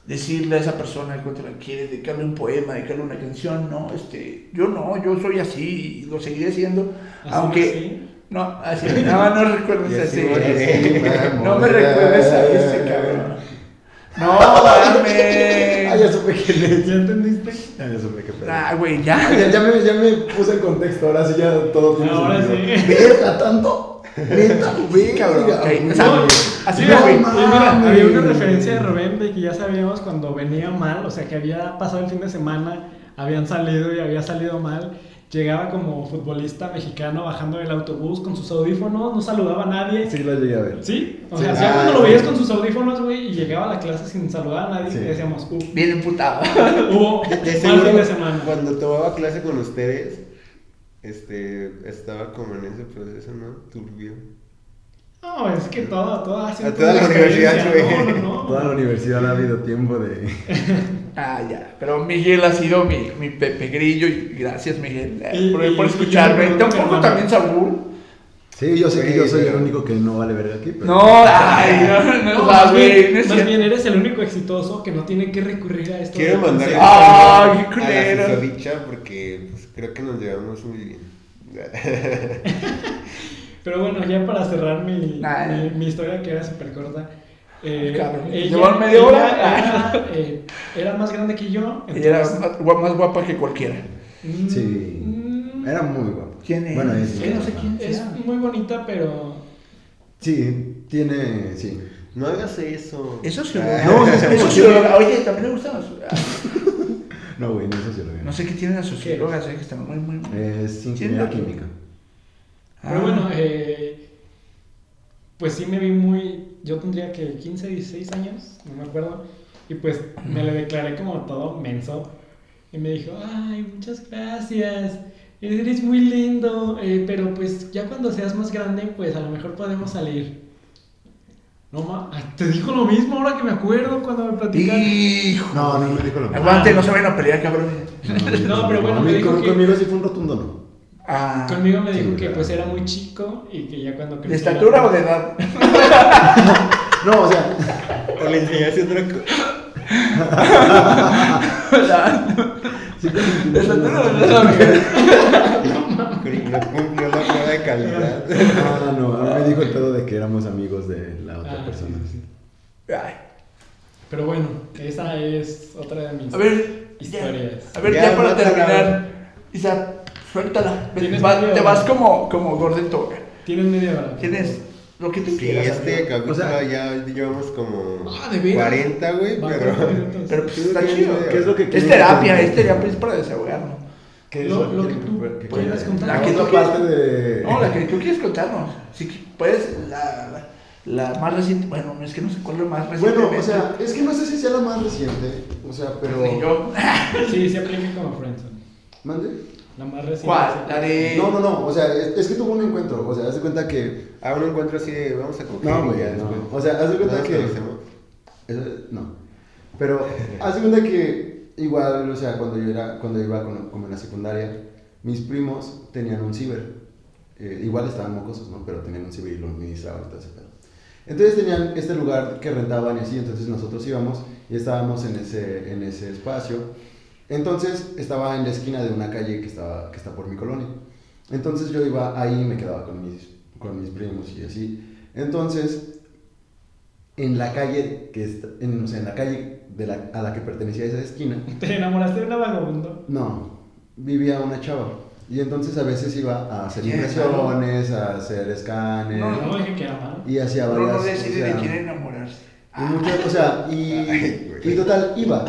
D: decirle a esa persona que te la quiere, dedicarle un poema, dedicarle una canción, no, este, yo no, yo soy así y lo seguiré siendo,
C: Así
D: aunque...
C: nací.
D: No, así, no, no recuerdes
E: Y así
D: así.
E: moriré, me
D: No me
E: moriré.
D: recuerdes a ese cabrón. No, dame.
F: Ah, ya supe que le.
C: ¿Ya entendiste?
E: Ah, ya supe que fue.
D: Ah, güey, ya.
F: Ya, ya me, ya me puse en contexto, ahora sí ya todo tiene
C: Ahora
F: sentido.
C: sí.
F: Verga, tanto. Neta,
D: Sí,
F: verga,
D: cabrón. ok.
F: güey.
D: O sea, así de
F: No,
D: güey.
F: ma-
C: Y mira,
F: Mami.
C: había una referencia de Rubén de que ya sabíamos cuando venía mal, o sea que había pasado el fin de semana, habían salido y había salido mal. Llegaba como futbolista mexicano bajando del autobús con sus audífonos, no saludaba a nadie.
F: Sí, lo llegué a ver.
C: Sí, o
F: Sí.
C: sea, ya
F: Ah,
C: cuando lo
F: sí.
C: veías con sus audífonos, güey, y llegaba a la clase sin saludar a nadie,
F: Sí.
C: decíamos, uff,
D: Bien emputado.
C: hubo
E: De- de
C: mal fin
E: seguro,
C: de semana.
E: Cuando tomaba clase con ustedes, este, estaba como en ese proceso, ¿no? Turbio.
C: No, es que todo, todo ha sido
E: A toda
C: una
E: la universidad,
C: experiencia,
E: güey.
C: No, no,
F: Toda
C: no.
F: la universidad ha habido tiempo de.
D: Ah, ya. Pero Miguel ha sido mi, mi Pepe Grillo. y Gracias, Miguel, eh,
C: Y-
D: por, por
C: y-
D: escucharme.
C: y-
D: Tampoco
C: y-
D: también Saúl.
F: [LAUGHS] Sí, yo sé que yo soy el
E: Güey.
F: único que no vale verga aquí, pero.
D: No, ay, no, no,
C: No,
D: o sea,
C: más
D: güey,
C: bien,
D: no es
C: más
D: cierto.
C: bien eres el único exitoso que no tiene que recurrir a esto.
E: Quiero
C: de
E: mandar
C: consejos.
D: Ah,
E: saludo
D: qué
E: a
D: culero.
E: la susodicha porque pues, creo que nos llevamos muy bien.
C: Pero bueno, ya para cerrar mi,
D: Nah.
C: mi, mi historia que era súper corta. eh,
D: Cabrón,
C: ella-
D: llevaban media
C: ella
D: hora.
C: Era, eh, era más grande que yo.
D: Ella era
C: entonces-
D: más gua- más guapa que cualquiera.
C: Mm,
F: Sí.
C: mm, eh,
F: Era muy guapo.
D: ¿Quién es?
F: Bueno, es.
D: Es que no sé quién
C: Es
D: sea.
C: muy bonita, pero.
F: Sí, tiene. Sí.
E: no hagas eso.
D: Eso sí.
E: Ah,
D: No,
F: no, es que
D: eso sí. Oye, también le gustan los. Ah,
F: No, güey, no eso sí lo veo.
D: No sé qué tienen las sociólogas, eh, que están muy, muy. Ah.
F: Es ingeniería
D: Siento-
F: química.
C: Pero bueno, eh, pues sí me vi muy. Yo tendría que 15, 16 años, no me acuerdo. Y pues me le declaré como todo menso. Y me dijo, ay, muchas gracias. Eres muy lindo. eh, pero pues ya cuando seas más grande, pues a lo mejor podemos salir. No, ma, ay, te dijo lo mismo ahora que me acuerdo cuando me platicaron.
D: Hijo.
F: No, no me dijo lo mismo.
D: Aguante, no se vayan a pelear, cabrón.
C: No, pero bueno,
F: A mí
C: me dijo
F: con-
C: que-
F: Conmigo sí fue un rotundo no.
D: Ah.
C: Conmigo me dijo
F: Sí,
C: que
F: claro.
C: pues era muy chico y que ya cuando
D: ¿De
C: creciera...
D: estatura o de edad?
F: No, o sea. [LAUGHS]
E: O le enseñaste otra cosa.
D: ¿De estatura o de edad?
E: Y no cumplió la
F: Ah, no, a mí me dijo el pedo de que éramos amigos de la otra
C: Ah,
F: persona.
C: sí, sí, sí.
D: Ay.
C: Pero bueno, esa es otra de mis
D: A ver,
C: historias.
D: Ya, a ver, ya,
E: Ya,
D: para
E: mátala.
D: terminar, Isa, suéltala. Ven,
C: Tienes
D: va-
C: medio-
D: te vas como, como gordito. güey.
C: Tienes media hora.
D: Tienes lo que tú
E: Sí,
D: quieras.
E: este
D: amigo.
E: capítulo
F: O sea-
E: ya llevamos como
C: Ah, ¿de veras?
E: 40, güey,
C: Va,
E: pero...
C: cuatro minutos.
D: Pero pues, está
E: ¿Qué
D: chido.
F: ¿Qué es lo que
D: Es
F: quieren
D: terapia,
F: contar?
D: es terapia, es para desahogarnos.
F: ¿Qué es
C: Lo-
F: que
C: lo
F: quieren
C: que tú
F: ver? ¿Qué
C: puedas
F: quieren?
C: contar.
F: La
D: La que
F: otra
D: tú
F: parte de.
D: No, la que tú quieres contarnos. Si qui- puedes, la, la, la más reciente, bueno, es que no sé cuál es la más reciente.
F: Bueno, o sea, es que no sé si sea la más reciente. O sea, pero.
D: Ni yo.
C: Sí, se aplica como Friendzone.
F: ¿Mande?
C: La más reciente.
D: ¿Cuál? La de...
F: No, no, no. O sea, es, es que tuvo un encuentro. O sea, haz de cuenta que.
E: A un encuentro así de vamos a coger
F: No,
E: y
F: güey.
E: ya
F: no.
E: después.
F: O sea, haz de cuenta
E: Nada más
F: que.
E: conocemos.
F: Eso- no. Pero [LAUGHS] haz de cuenta que igual, o sea, cuando yo era, cuando iba con- como en la secundaria, mis primos tenían un ciber. Eh, igual estaban mocosos, ¿no? Pero tenían un ciber y lo administraban y todo ese pedo. Entonces tenían este lugar que rentaban y así, entonces nosotros íbamos y estábamos en ese, en ese espacio. Entonces estaba en la esquina de una calle que, estaba, que está por mi colonia. Entonces yo iba ahí y me quedaba con mis, con mis primos y así. Entonces en la calle que está- en, o sea, en la calle de la- a la que pertenecía esa esquina
C: ¿Te enamoraste de una
F: Eh.
C: vagabunda?
F: no vivía una chava y entonces a veces iba a hacer
D: ¿Quién?
F: impresiones a hacer escáneres
D: No,
C: No dije que era malo.
F: y hacía
D: No,
F: varias
D: no decide
F: o sea,
D: de quién enamorarse.
F: y muchas- o sea,
E: Ay,
F: y,
E: güey.
F: y total, iba.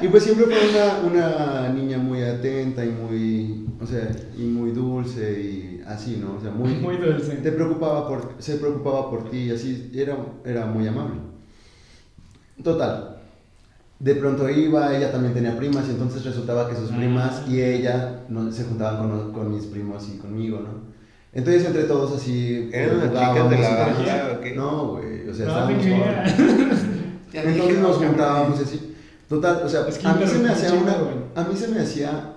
F: Y pues siempre fue una, una niña muy atenta y muy, o sea, y muy dulce y así, ¿no? O sea, muy,
C: Muy dulce.
F: Te preocupaba por, se preocupaba por ti y así, era, era muy amable. Total. De pronto iba, ella también tenía primas y entonces resultaba que sus
C: Ah.
F: primas y ella no, se juntaban con, con mis primos y conmigo, ¿no? Entonces entre todos así...
E: ¿Eran las chicas
F: jugábamos
E: de la
F: y todo.
E: banda o qué?
F: No, güey, o sea,
C: No,
F: estábamos
C: te
F: jóvenes.
D: Ya te
F: Entonces
D: dije,
F: nos
D: no,
F: juntábamos y así. Total, o sea,
C: Es que
F: a mí se me
C: interrumpí
F: hacía
C: un
F: una.
C: chingo, güey.
F: A mí se me hacía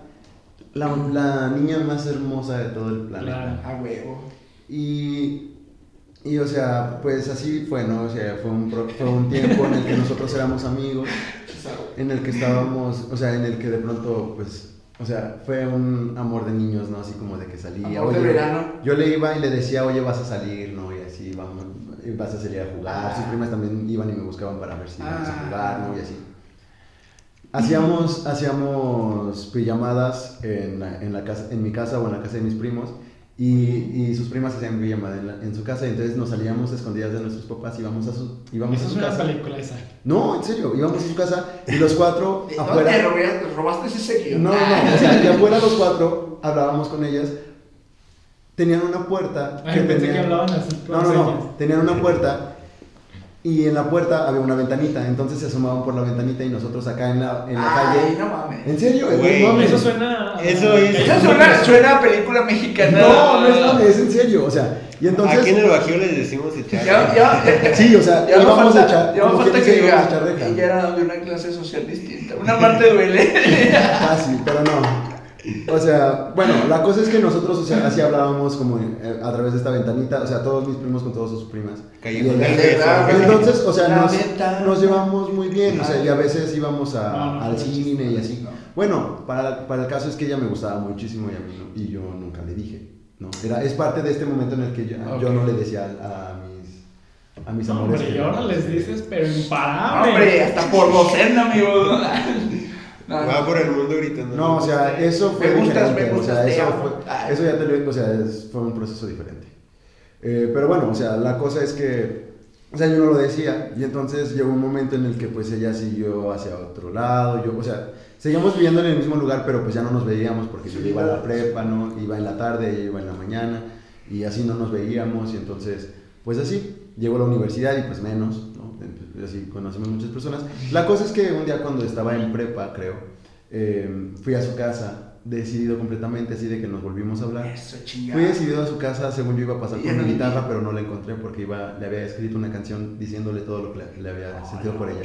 F: la, la niña más hermosa de todo el planeta.
C: [LAUGHS] Claro.
D: A Ah, huevo.
F: Y. Y o sea, pues así fue, ¿no? O sea, fue un, pro- fue un tiempo en el que nosotros éramos amigos, en el que estábamos, o sea, en el que de pronto, pues, o sea, fue un amor de niños, ¿no? Así como de que salía.
D: Amor de
F: oye,
D: verano.
F: Yo le iba y le decía, oye, vas a salir, ¿no? Y así, vamos, y vas a salir a jugar.
D: Ah.
F: Sus primas también iban y me buscaban para ver si íbamos a
D: Ah.
F: jugar, ¿no? Y así. Hacíamos, hacíamos pijamadas en, la- en, la casa, en mi casa o en la casa de mis primos y, y sus primas hacían pijamada en, la- en su casa y entonces nos salíamos escondidas de nuestros papás y íbamos a su, íbamos
C: Eso
F: a
C: es
F: su
C: una
F: casa.
C: película esa.
F: No, en serio, íbamos a su casa y los cuatro
D: ¿De ¿Dónde
F: afuera...
D: robé- robaste ese Ah, guión?
F: No, no, o sea, ya fuera los cuatro, hablábamos con ellas. Tenían una puerta.
C: Ay, pensé
F: tenía-
C: que hablaban así.
F: No, no, no. Tenían una puerta. Y en la puerta había una ventanita. Entonces se asomaban por la ventanita y nosotros acá en la, en la
D: Ay,
F: calle.
D: no mames.
F: ¿En serio? güey?
E: Güey,
F: No mames.
C: Eso suena. a-
E: Eso es-
D: Esa suena, suena a película mexicana.
F: No, no es mame, es en serio. O sea, y
E: Aquí en el
F: entonces.
E: Bajío les decimos echar.
D: Ya, [LAUGHS] ya.
F: Sí, o sea,
D: Ya no
F: íbamos
D: falta,
F: a echar.
D: ya no
F: como
D: falta
F: quien
D: que
F: dice, íbamos a
D: diga.
F: echar reja.
D: Ella era de una clase social distinta.
F: [LAUGHS]
D: Una parte duele.
F: Fácil, pero no. O sea, bueno, la cosa es que nosotros, o sea, así hablábamos como eh, a través de esta ventanita, o sea, todos mis primos con todas sus primas.
E: Cayendo
D: [LAUGHS]
F: Y
E: en el
D: verdad,
E: beso.
D: güey.
F: Entonces, o sea,
D: Ah, La
F: nos,
D: neta.
F: nos llevamos muy bien, o sea, y a veces íbamos a-
C: No, no,
F: al
C: no,
F: cine y así.
D: no.
F: Bueno, para, para el caso es que ella me gustaba muchísimo y a mí no, y yo nunca le dije, ¿no? Era, es parte de este momento en el que yo, yo
D: Ok.
F: no le decía a, a mis, a mis
C: No,
F: amores.
C: hombre,
F: que-
C: y ahora les dices, pero imparable.
D: Hombre, hasta por docena,
F: [LAUGHS]
D: amigo. No,
E: Va por el mundo gritando.
F: No, o sea, eso fue
D: Me gustas,
F: diferente,
D: me gustas,
F: o sea,
D: te
F: eso,
D: amo. Ah. Ay.
F: fue, eso ya te lo digo, o sea, es- fue un proceso diferente. Eh, pero bueno, o sea, la cosa es que, o sea, yo no lo decía, y entonces llegó un momento en el que pues ella siguió hacia otro lado, yo, o sea, seguíamos viviendo en el mismo lugar, pero pues ya no nos veíamos porque yo iba a la prepa, ¿no? Iba en la tarde, ella iba en la mañana, y así no nos veíamos, y entonces, pues así, llegó a la universidad y pues menos, ¿no? Entonces, Así conocimos muchas personas. La cosa es que un día cuando estaba en prepa, creo, eh, fui a su casa, decidido completamente, así de que nos volvimos a hablar.
D: Eso
F: Fui
D: chingada.
F: decidido a su casa, según yo iba a pasar
D: Ya
F: por
D: no
F: mi
D: vi.
F: guitarra, pero no la encontré porque iba, le había escrito una canción diciéndole todo lo que le, le había sentido por ella.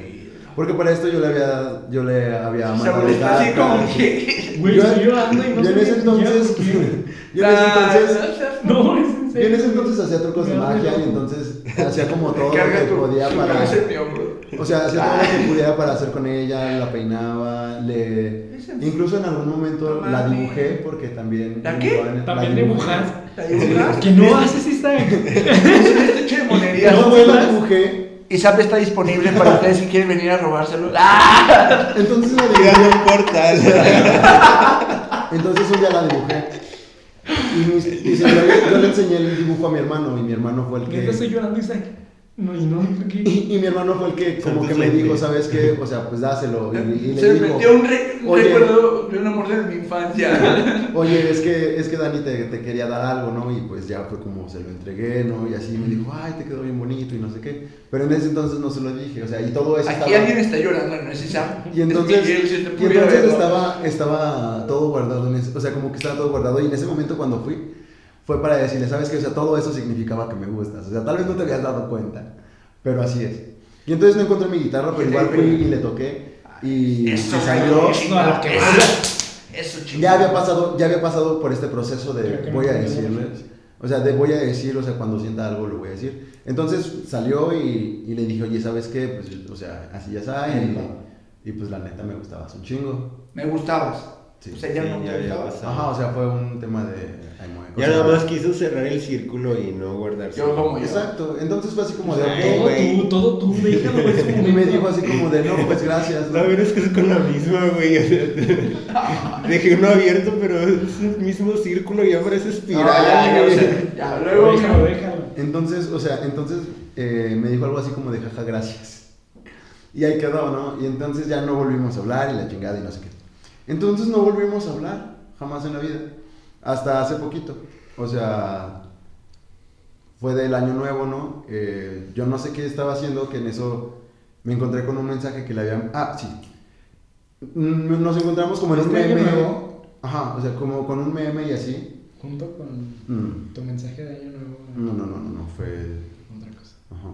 F: Porque para esto yo le había, yo le había
D: Se
F: mandado
D: molesta así
F: cartas.
D: como que.
C: Güey,
F: Yo-
C: estoy llorando y no
F: yo en
C: sé
F: ese
D: [LAUGHS]
C: ni siquiera
F: entonces,
C: por qué.
F: yo en ese entonces
C: [LAUGHS] No, es en
F: Y en ese entonces hacía trucos de
C: Me
F: magia
C: hace
F: y entonces hacía como todo lo
D: Carga
F: que
D: tu-
F: podía
D: su
F: para.
D: cabeza en mi hombro.
F: O sea, hacía todo lo que pudiera para hacer con ella, la peinaba, le.
D: ¿Es en-
F: Incluso en algún momento
D: No
F: la
D: mames.
F: dibujé porque también.
D: ¿La qué?
F: dibujaba en-
C: También
F: dibujé.
C: dibujas.
F: [LAUGHS]
D: ¿La dibujas?
C: Que no haces esta.
D: Es hecho de monería.
F: No, güey, la
C: ¿Dibujas?
F: dibujé.
D: Y Zap está disponible para ustedes si quieren venir a robárselo. ¡Ah!
F: Entonces la dibujé.
E: Cuidado,
F: [LAUGHS]
E: portal.
F: Entonces un día la dibujé. Y, mis- y se- yo, le- yo le enseñé el dibujo a mi hermano y mi hermano fue el
C: Neta estoy
F: que...
C: llorando, Isaac. No, y no, ¿por qué?
F: Y, y mi hermano fue el que como
E: Santo
F: que me
E: santo.
F: dijo, ¿sabes qué? O sea, pues dáselo. Y, y
D: Se
F: le
D: me
F: dijo,
D: metió un, re- un
F: Oye.
D: recuerdo de un amor de mi infancia.
F: oye, es que, es que Dani te, te quería dar algo, ¿no? Y pues ya fue como se lo entregué, ¿no? Y así me dijo, ay, te quedó bien bonito y no sé qué. Pero en ese entonces no se lo dije, o sea, y todo eso
D: Aquí
F: estaba-
D: alguien está llorando, ¿no es Isaac?
F: Y entonces,
D: Es Miguel, si te
F: y
D: pudiera
F: entonces
D: verlo.
F: estaba, estaba todo guardado, en ese- o sea, como que estaba todo guardado. Y en ese momento cuando fui, fue para decirle, ¿sabes qué? O sea, todo eso significaba que me gustas. O sea, tal vez no te habías dado cuenta, pero así es. Y entonces no encontré mi guitarra, pero igual fui y le toqué. Y, y
D: Eso,
F: salió.
C: a lo que
D: Eso, chingón.
F: Ya había, pasado, ya había pasado por este proceso
C: Creo
F: de
C: que
F: voy
C: no
F: a
C: entendí
F: decirles. O sea, de voy a decir, o sea, cuando sienta algo lo voy a decir. Entonces salió y, y le dije, oye, ¿sabes qué? Pues, o sea, así ya saben. Y, y, pues la neta me gustabas un chingo.
D: Me gustabas.
F: Sí,
D: o sea, ya
E: sí,
D: no
E: ya
D: te
E: había
D: gustabas.
E: pasado.
F: Ajá, o sea, fue un tema de... ay, muy- o
E: Ya
F: sea,
E: nada más quiso cerrar el círculo y no guardarse.
D: Yo como yo.
F: Exacto, entonces fue así como de...
E: Ay,
F: ok.
C: Todo tú, todo tú,
F: [LAUGHS]
C: déjalo en su
F: Y
C: momento.
F: me dijo así como de, no, pues gracias. ¿no?
E: La verdad es que es con la misma, güey. [LAUGHS] o sea, Dejé uno abierto, pero es el mismo círculo y ahora es
D: No,
E: espiral.
D: ya, ya,
E: güey.
D: o sea, ya, luego.
C: Déjalo, déjalo.
F: Entonces, o sea, entonces eh, me dijo algo así como de jaja, gracias. Y ahí quedó, ¿no? Y entonces ya no volvimos a hablar y la chingada y no sé qué. Entonces no volvimos a hablar, jamás en la vida. Hasta hace poquito. O sea, fue del año nuevo, ¿no? Eh, yo no sé qué estaba haciendo, que en eso me encontré con un mensaje que le habían... Ah, sí. Mm, Nos encontramos como en un
C: ¿Este año
F: meme.
C: nuevo?
F: Ajá, o sea, como con un meme y así.
C: Junto con
F: Mm,
C: tu mensaje de año nuevo.
F: No, no, no, no, no, fue
C: Otra cosa.
F: Ajá.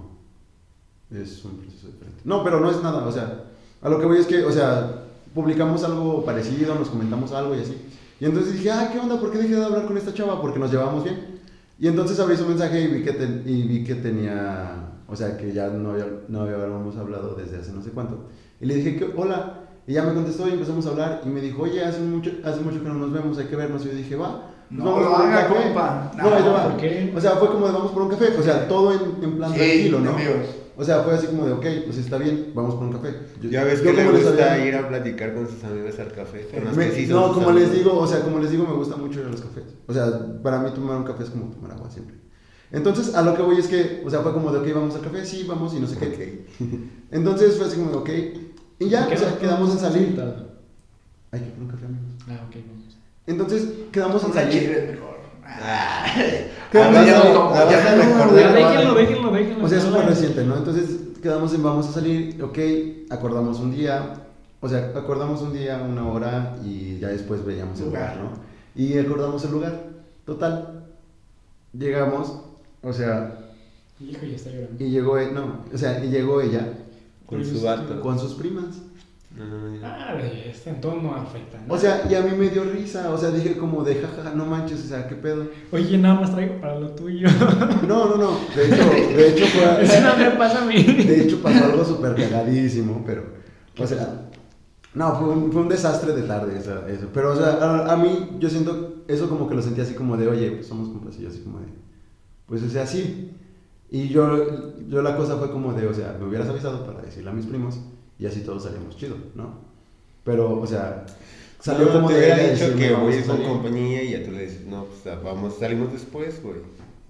F: Es un proceso diferente. No, pero no es nada, o sea, a lo que voy es que, o sea, publicamos algo parecido, nos comentamos algo y así. Y entonces dije, ah, ¿qué onda? ¿Por qué dejé de hablar con esta chava? Porque nos llevábamos bien. Y entonces abrí su mensaje y vi que, ten- y vi que tenía, o sea, que ya no, había, no habíamos hablado desde hace no sé cuánto. Y le dije, que, hola. Y ya me contestó y empezamos a hablar y me dijo, oye, hace mucho, hace mucho que no nos vemos, hay que vernos. Y yo dije, va. pues
D: No
F: vamos
D: lo
F: por un
D: haga,
F: café".
D: compa.
F: No, yo, va.
C: ¿Por qué?
F: O sea, fue como de vamos por un café, o sea, todo en, en plan
D: Sí,
F: tranquilo, ¿no?
D: amigos.
F: O sea, fue así como de, ok, pues está bien, vamos por un café. Yo-
E: Ya ves
F: yo
E: que le
F: como les
E: gusta
F: había-
E: ir a platicar con sus amigos al café. con los
F: me-
E: que sí son
F: no,
E: sus
F: como les
E: amigos.
F: digo, o sea, como les digo, me gusta mucho ir a los cafés. O sea, para mí tomar un café es como tomar agua siempre. Entonces, a lo que voy es que, o sea, fue como de, ok, vamos al café, sí, vamos y no sé qué. [LAUGHS] Entonces fue así como de, ok, y ya, o sea, quedamos en salir. Ay, que por un café, amigos.
C: Ah, ok, vamos.
F: Entonces, quedamos en
D: Una
F: salir.
D: chela es mejor. [LAUGHS]
E: Ah,
F: Quedamos
D: Ah,
F: en
D: ya
F: salir.
D: no,
F: La
D: ya
F: vas a
D: no,
F: recordar,
D: ya
C: Ya,
F: la vas a-
C: déjenlo, déjenlo, déjenlo.
F: O sea, es súper
C: Hola.
F: reciente, ¿no? Entonces quedamos en vamos a salir, ok, acordamos un día, o sea, acordamos un día, una hora y ya después veíamos el lugar, ¿no? Y acordamos el lugar, total. Llegamos, o sea,
C: Hijo, ya está llorando.
F: y llegó, e- no, o sea, y llegó ella
E: Con su vato.
F: pues, con sus primas.
E: No, no, no, no.
C: Ah, de este entorno no afecta. ¿no?
F: O sea, y a mí me dio risa, o sea, dije como de jaja, no manches, o sea, qué pedo.
C: Oye, nada más traigo para lo tuyo.
F: No, no, no, de hecho, de hecho
C: [LAUGHS]
F: fue...
C: Eso
F: [LAUGHS]
C: no me pasa a
E: [LAUGHS]
C: mí.
F: De hecho, pasó algo súper cagadísimo, pero. O sea, no, fue un, fue un desastre de tarde eso. eso. Pero, o sea, a, a mí, yo siento eso como que lo sentí así como de, oye, pues somos compas, y yo así como de, pues, o sea, sí. Y yo, yo la cosa fue como de, o sea, me hubieras avisado para decirle a mis primos y así todos salíamos chido, ¿no? Pero, o sea, salió
E: No,
F: como
E: te
F: de
E: hubiera
F: ella
E: dicho
F: decirme,
E: que
F: "Vamos
E: voy
F: a
E: con
F: salir".
E: compañía y ya tú le dices, no, pues ah, vamos, salimos después, güey.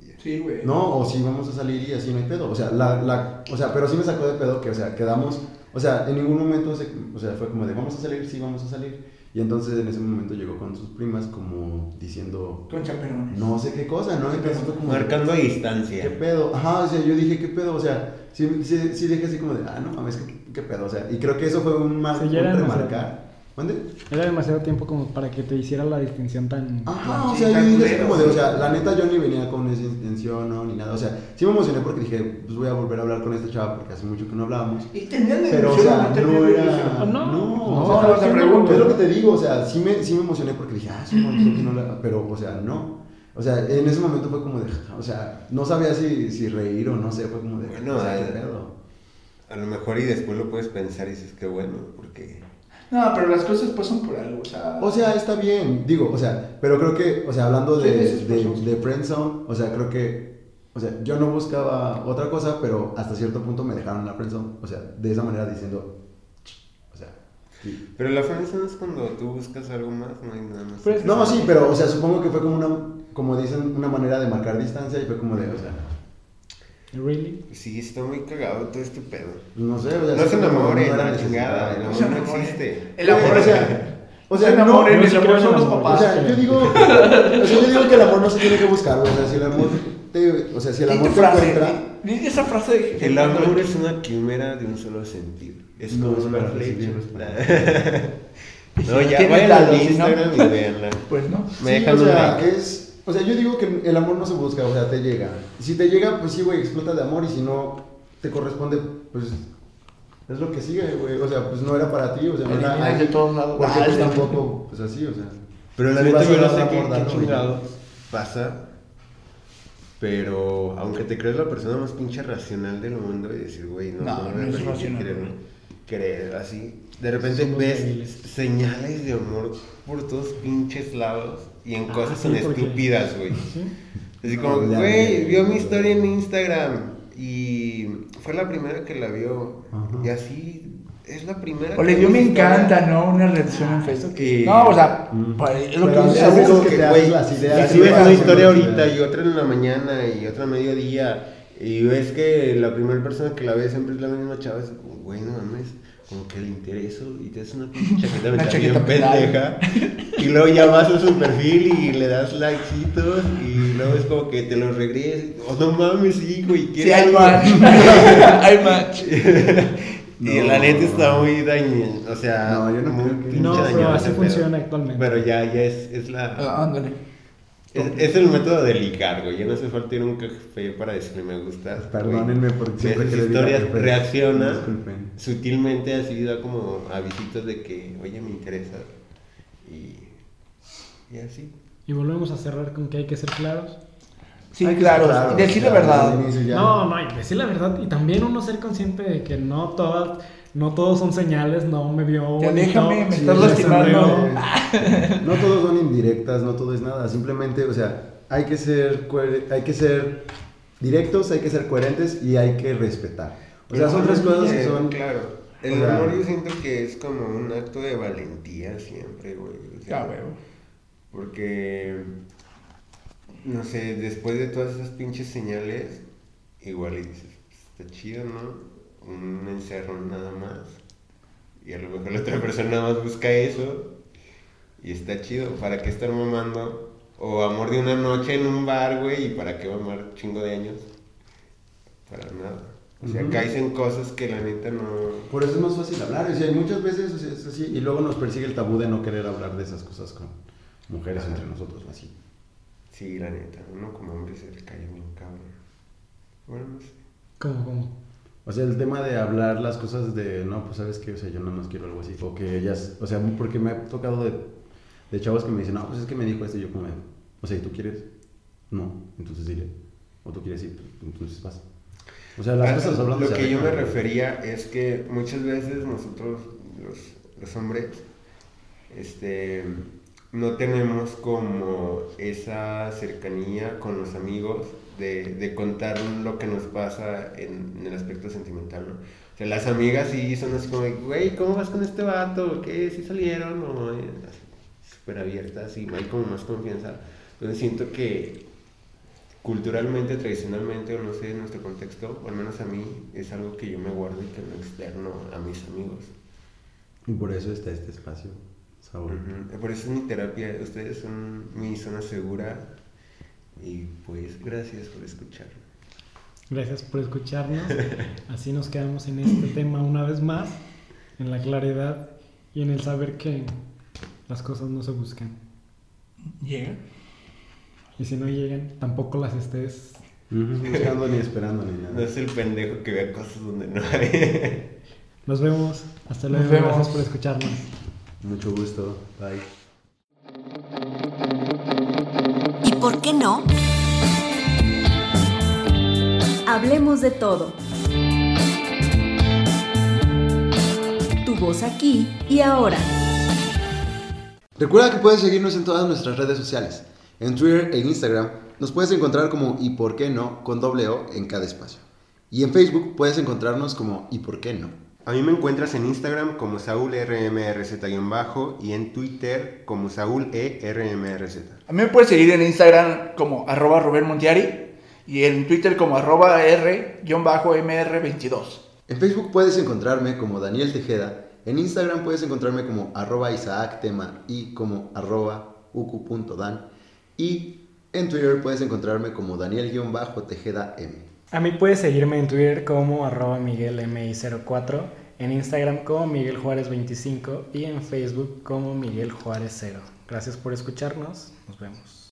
E: Y ya.
D: Sí, güey.
F: No, o si vamos a salir y así no hay pedo. O sea, la, la, o sea, pero sí me sacó de pedo que, o sea, quedamos, o sea, en ningún momento, se- o sea, fue como de vamos a salir, sí, vamos a salir. Y entonces en ese momento llegó con sus primas como diciendo
D: Con chaperones.
F: no sé qué cosa, ¿no? Entonces fue como de,
E: Marcando
F: ¿Qué
E: distancia.
F: pedo? Ajá, o sea, yo dije, ¿qué pedo? O sea, sí, sí, sí dije así como de, ah, no mames, ¿qué, qué pedo? O sea, y creo que eso fue un mal
C: Sí, ya era demasiado.
F: remarcar. ¿Mande?
C: Era demasiado tiempo como para que te hiciera la distinción tan.
D: Sí,
F: Ajá, Ah, o sea,
D: está
F: yo dije así
D: culero.
F: como de, o sea, la neta yo ni venía con esa intención, no, ni nada. O sea, sí me emocioné porque dije, pues voy a volver a hablar con esta chava porque hace mucho que no hablábamos.
D: Y tenían la
F: Pero, o
D: ilusión,
F: sea,
D: tenían
F: no
D: la
F: era.
D: ilusión.
C: Ah, no.
F: no,
D: No,
F: o
D: o sea,
F: sea,
D: pregunto.
F: es lo que te digo, o sea, sí me, sí me emocioné porque dije, ah, sí, no, creo que no la. Pero, o sea, no. O sea, en ese momento fue como de, o sea, no sabía si, si reír o no sé, fue como de,
E: Bueno,
F: o sea,
E: al-
F: qué pedo.
E: A lo mejor y después lo puedes pensar y dices que bueno, porque
D: No, pero las cosas pasan por algo, o sea.
F: O sea, está bien, digo, o sea, pero creo que, o sea, hablando de,
D: Sí, sí, sí,
F: de,
D: por supuesto.
F: de friendzone, o sea, creo que, o sea, yo no buscaba otra cosa, pero hasta cierto punto me dejaron en la friendzone, o sea, de esa manera diciendo, o sea, sí.
E: pero la friendzone es cuando tú buscas algo más, no hay nada más.
C: Pero es-
F: Pues, no, sí, pero, o sea, supongo que fue como una, como dicen, una manera de marcar distancia y fue como de, o sea,
C: Really?
E: Sí, está muy cagado todo este pedo.
F: no sé, o sea,
E: No
F: sí,
E: se
F: como
E: enamoren,
F: no
E: la
F: era necesario,
E: chingada, el
F: ¿no?
D: No
E: amor
D: se
E: no
D: enamoren.
E: existe.
D: El amor
F: O
D: es.
F: sea, o sea,
D: el
F: no,
D: amor,
C: no
D: el
C: se
D: amor
C: crean
D: son los
C: amor,
F: O
D: papás.
F: sea, yo digo, o sea, yo digo que el amor no se tiene que buscar, güey, o sea, si el amor te, o sea, si el
D: Di
F: amor
D: tu
F: te
D: frase.
F: encuentra,
D: di- di esa frase de.
E: El amor es una quimera de un solo sentido. Es
F: No,
E: como
F: es
E: una
F: para
E: flecha.
F: recibir, es
E: No, ya
D: Tiene
E: vayan a
D: dados,
E: mi
D: ¿no?
E: Instagram y véanla.
D: Pues no.
E: Me
F: Sí,
E: dejan
F: o
E: un
F: sea,
E: like.
F: es, o sea, yo digo que el amor no se busca, o sea, te llega. Si te llega, pues sí, güey, explota de amor y si no te corresponde, pues es lo que sigue, güey. O sea, pues no era para ti, o sea, no era
D: Hay de todos lados.
F: Porque
D: Ah,
F: pues
D: sí.
F: tampoco, pues así, o sea.
E: Pero la
F: Sí
E: neta
F: vas a
E: yo no
F: dar
E: sé
F: amor,
E: qué,
F: darlo,
E: qué chingado pasa. Pero aunque te creas la persona más pinche racional del mundo y decir, güey, no,
D: No, no
E: me
D: es
E: permite
D: racional,
E: creer,
D: güey.
E: creer así. De repente
C: Somos
E: ves
C: débiles.
E: señales de amor por todos pinches lados y en
C: Ah,
E: cosas
C: sí,
E: tan
C: porque-
E: estúpidas, güey.
C: ¿Sí?
E: Así
F: No,
E: como,
F: ya,
E: güey,
F: ya,
E: vio
F: ya,
E: mi
F: ya.
E: historia en Instagram y fue la primera que la vio.
F: Ajá.
E: Y así es la primera.
D: O le
E: que
D: dio
E: vio
D: me
E: mi historia".
D: encanta, ¿no? Una reacción en Facebook.
E: que-
D: No, o sea,
F: Mm.
D: para- es lo que
F: Pero
D: dice.
F: a veces
D: güey.
E: Seguro
F: que te
E: güey,
F: haces las ideas,
E: Si
F: ¿no?
E: ves una
F: Haces
E: historia
F: las
E: ahorita
F: ideas.
E: y otra en la mañana y otra a mediodía y ves que la primera persona que la ve siempre es la misma chava, es como, güey, no mames, como que le intereso y te haces una pinche
D: Una
E: chaqueta mental
F: [LAUGHS]
D: chaqueta
E: bien pendeja. Y luego ya vas a su perfil y le das likecitos y luego es como que te los regresas. Oh, no mames, sí, güey,
D: Sí,
E: quiero
D: hay
E: algo".
D: match. [LAUGHS]
E: [LAUGHS]
D: hay match.
E: Y
F: No.
E: la neta está muy dañina, o sea,
F: No, yo no
E: muy
F: creo que-
E: pinche
C: No, pero
E: dañado
C: así
E: ese
C: funciona
E: pedo.
C: actualmente.
E: Pero ya, ya es, es la...
D: Ah, ándale.
E: Es, es el método de ligar, güey. Ya no hace falta ir a un café para decir me gustas.
F: Perdónenme por
E: siempre
F: siempre
E: que
F: que le diga
E: historias
F: café.
E: reacciona
F: Disculpen.
E: sutilmente, así da como avisitos de que, oye, me interesa. Y, y así.
C: Y volvemos a cerrar con que hay que ser claros.
D: Sí,
F: Ay,
D: claro. decir la
F: claro,
D: verdad.
F: desde el inicio ya.
C: No, no, y decir la verdad. Y también uno ser consciente de que no todas, no todos son señales, no me vio.
D: Te
C: bonito,
D: aléjame, me
C: sí,
D: estás
C: me
D: lastimando.
C: sonrió.
F: No todos son indirectas, no todo es nada. Simplemente, o sea, hay que ser, coher- hay que ser directos, hay que ser coherentes y hay que respetar. O sea, son tres cosas que son.
E: Claro. El
F: o sea,
E: amor yo siento que es como un acto de valentía siempre, güey. O sea,
D: Ya, huevo.
E: Porque, no sé, después de todas esas pinches señales, igual y dices, "Pues, está chido, ¿no? Un encerro nada más. Y a lo mejor la otra [LAUGHS] persona nada más busca eso. Y está chido, ¿para qué estar mamando? O amor de una noche en un bar, güey, ¿y para qué mamar chingo de años? Para nada. O sea,
F: Ujú.
E: caes en cosas que la neta no...
F: Por eso es más fácil hablar. O sea, y muchas veces o sea, es así. Y luego nos persigue el tabú de no querer hablar de esas cosas con mujeres
E: Ajá.
F: entre nosotros, o así.
E: Sí, la neta, uno como hombre se le cae bien cabrón. Bueno, no sé.
C: ¿Cómo, cómo?
F: O sea, el tema de hablar las cosas de, no, pues sabes que, o sea, yo nada más quiero algo así. O que ellas, o sea, porque me ha tocado de, de chavos que me dicen, no, pues es que me dijo esto y yo como, de, o sea, ¿y tú quieres? No, entonces dile. O tú quieres ir, pues, entonces vas. O sea, las
E: Ah,
F: cosas hablando
E: Lo
F: se
E: que yo me
F: arreglan.
E: refería es que muchas veces nosotros, los, los hombres, este, no tenemos como esa cercanía con los amigos de, de contar lo que nos pasa en, en el aspecto sentimental, ¿no? O sea, las amigas sí son así como, de, güey, ¿cómo vas con este vato? ¿Qué? ¿Sí salieron? O, eh, así, súper abiertas y hay como más confianza. Entonces siento que culturalmente, tradicionalmente, o no sé, en nuestro contexto, o al menos a mí, es algo que yo me guardo y que no externo a mis amigos.
F: Y por eso está este espacio, sabor.
E: Ujú. Por eso es mi terapia, ustedes son mi zona segura y pues gracias por escucharme.
C: Gracias por escucharnos. Así nos quedamos en este tema una vez más, en la claridad y en el saber que las cosas no se buscan.
D: Llega.
C: Y si no llegan, tampoco las estés.
F: Ujú, Buscando ni esperando ni
E: No
F: nada.
E: es el pendejo que vea cosas donde no hay.
C: Nos vemos. Hasta
D: Nos
C: luego.
D: vemos.
C: Gracias por escucharnos.
F: Mucho gusto. Bye.
A: ¿Y por qué no?
G: ¿Por qué no?
B: Hablemos de todo. Tu voz aquí y ahora.
F: Recuerda que puedes seguirnos en todas nuestras redes sociales. En Twitter e Instagram nos puedes encontrar como y por qué no con doble O en cada espacio. Y en Facebook puedes encontrarnos como y por qué no.
E: [LAUGHS] A mí me encuentras en Instagram como SaúlRMRZ-bajo y en Twitter como E SaúlERMRZ.
D: A mí me puedes seguir en Instagram como arroba Rubén Montiari y en Twitter como arroba R-MR22.
F: En Facebook puedes encontrarme como Daniel Tejeda. En Instagram puedes encontrarme como arroba Isaac Tema y como arroba uku.dan. Y en Twitter puedes encontrarme como Daniel-Tejeda M.
C: A mí puedes seguirme en Twitter como arroba miguelmi04, en Instagram como Miguel Juárez 25 y en Facebook como Miguel Juárez 0. Gracias por escucharnos. Nos vemos.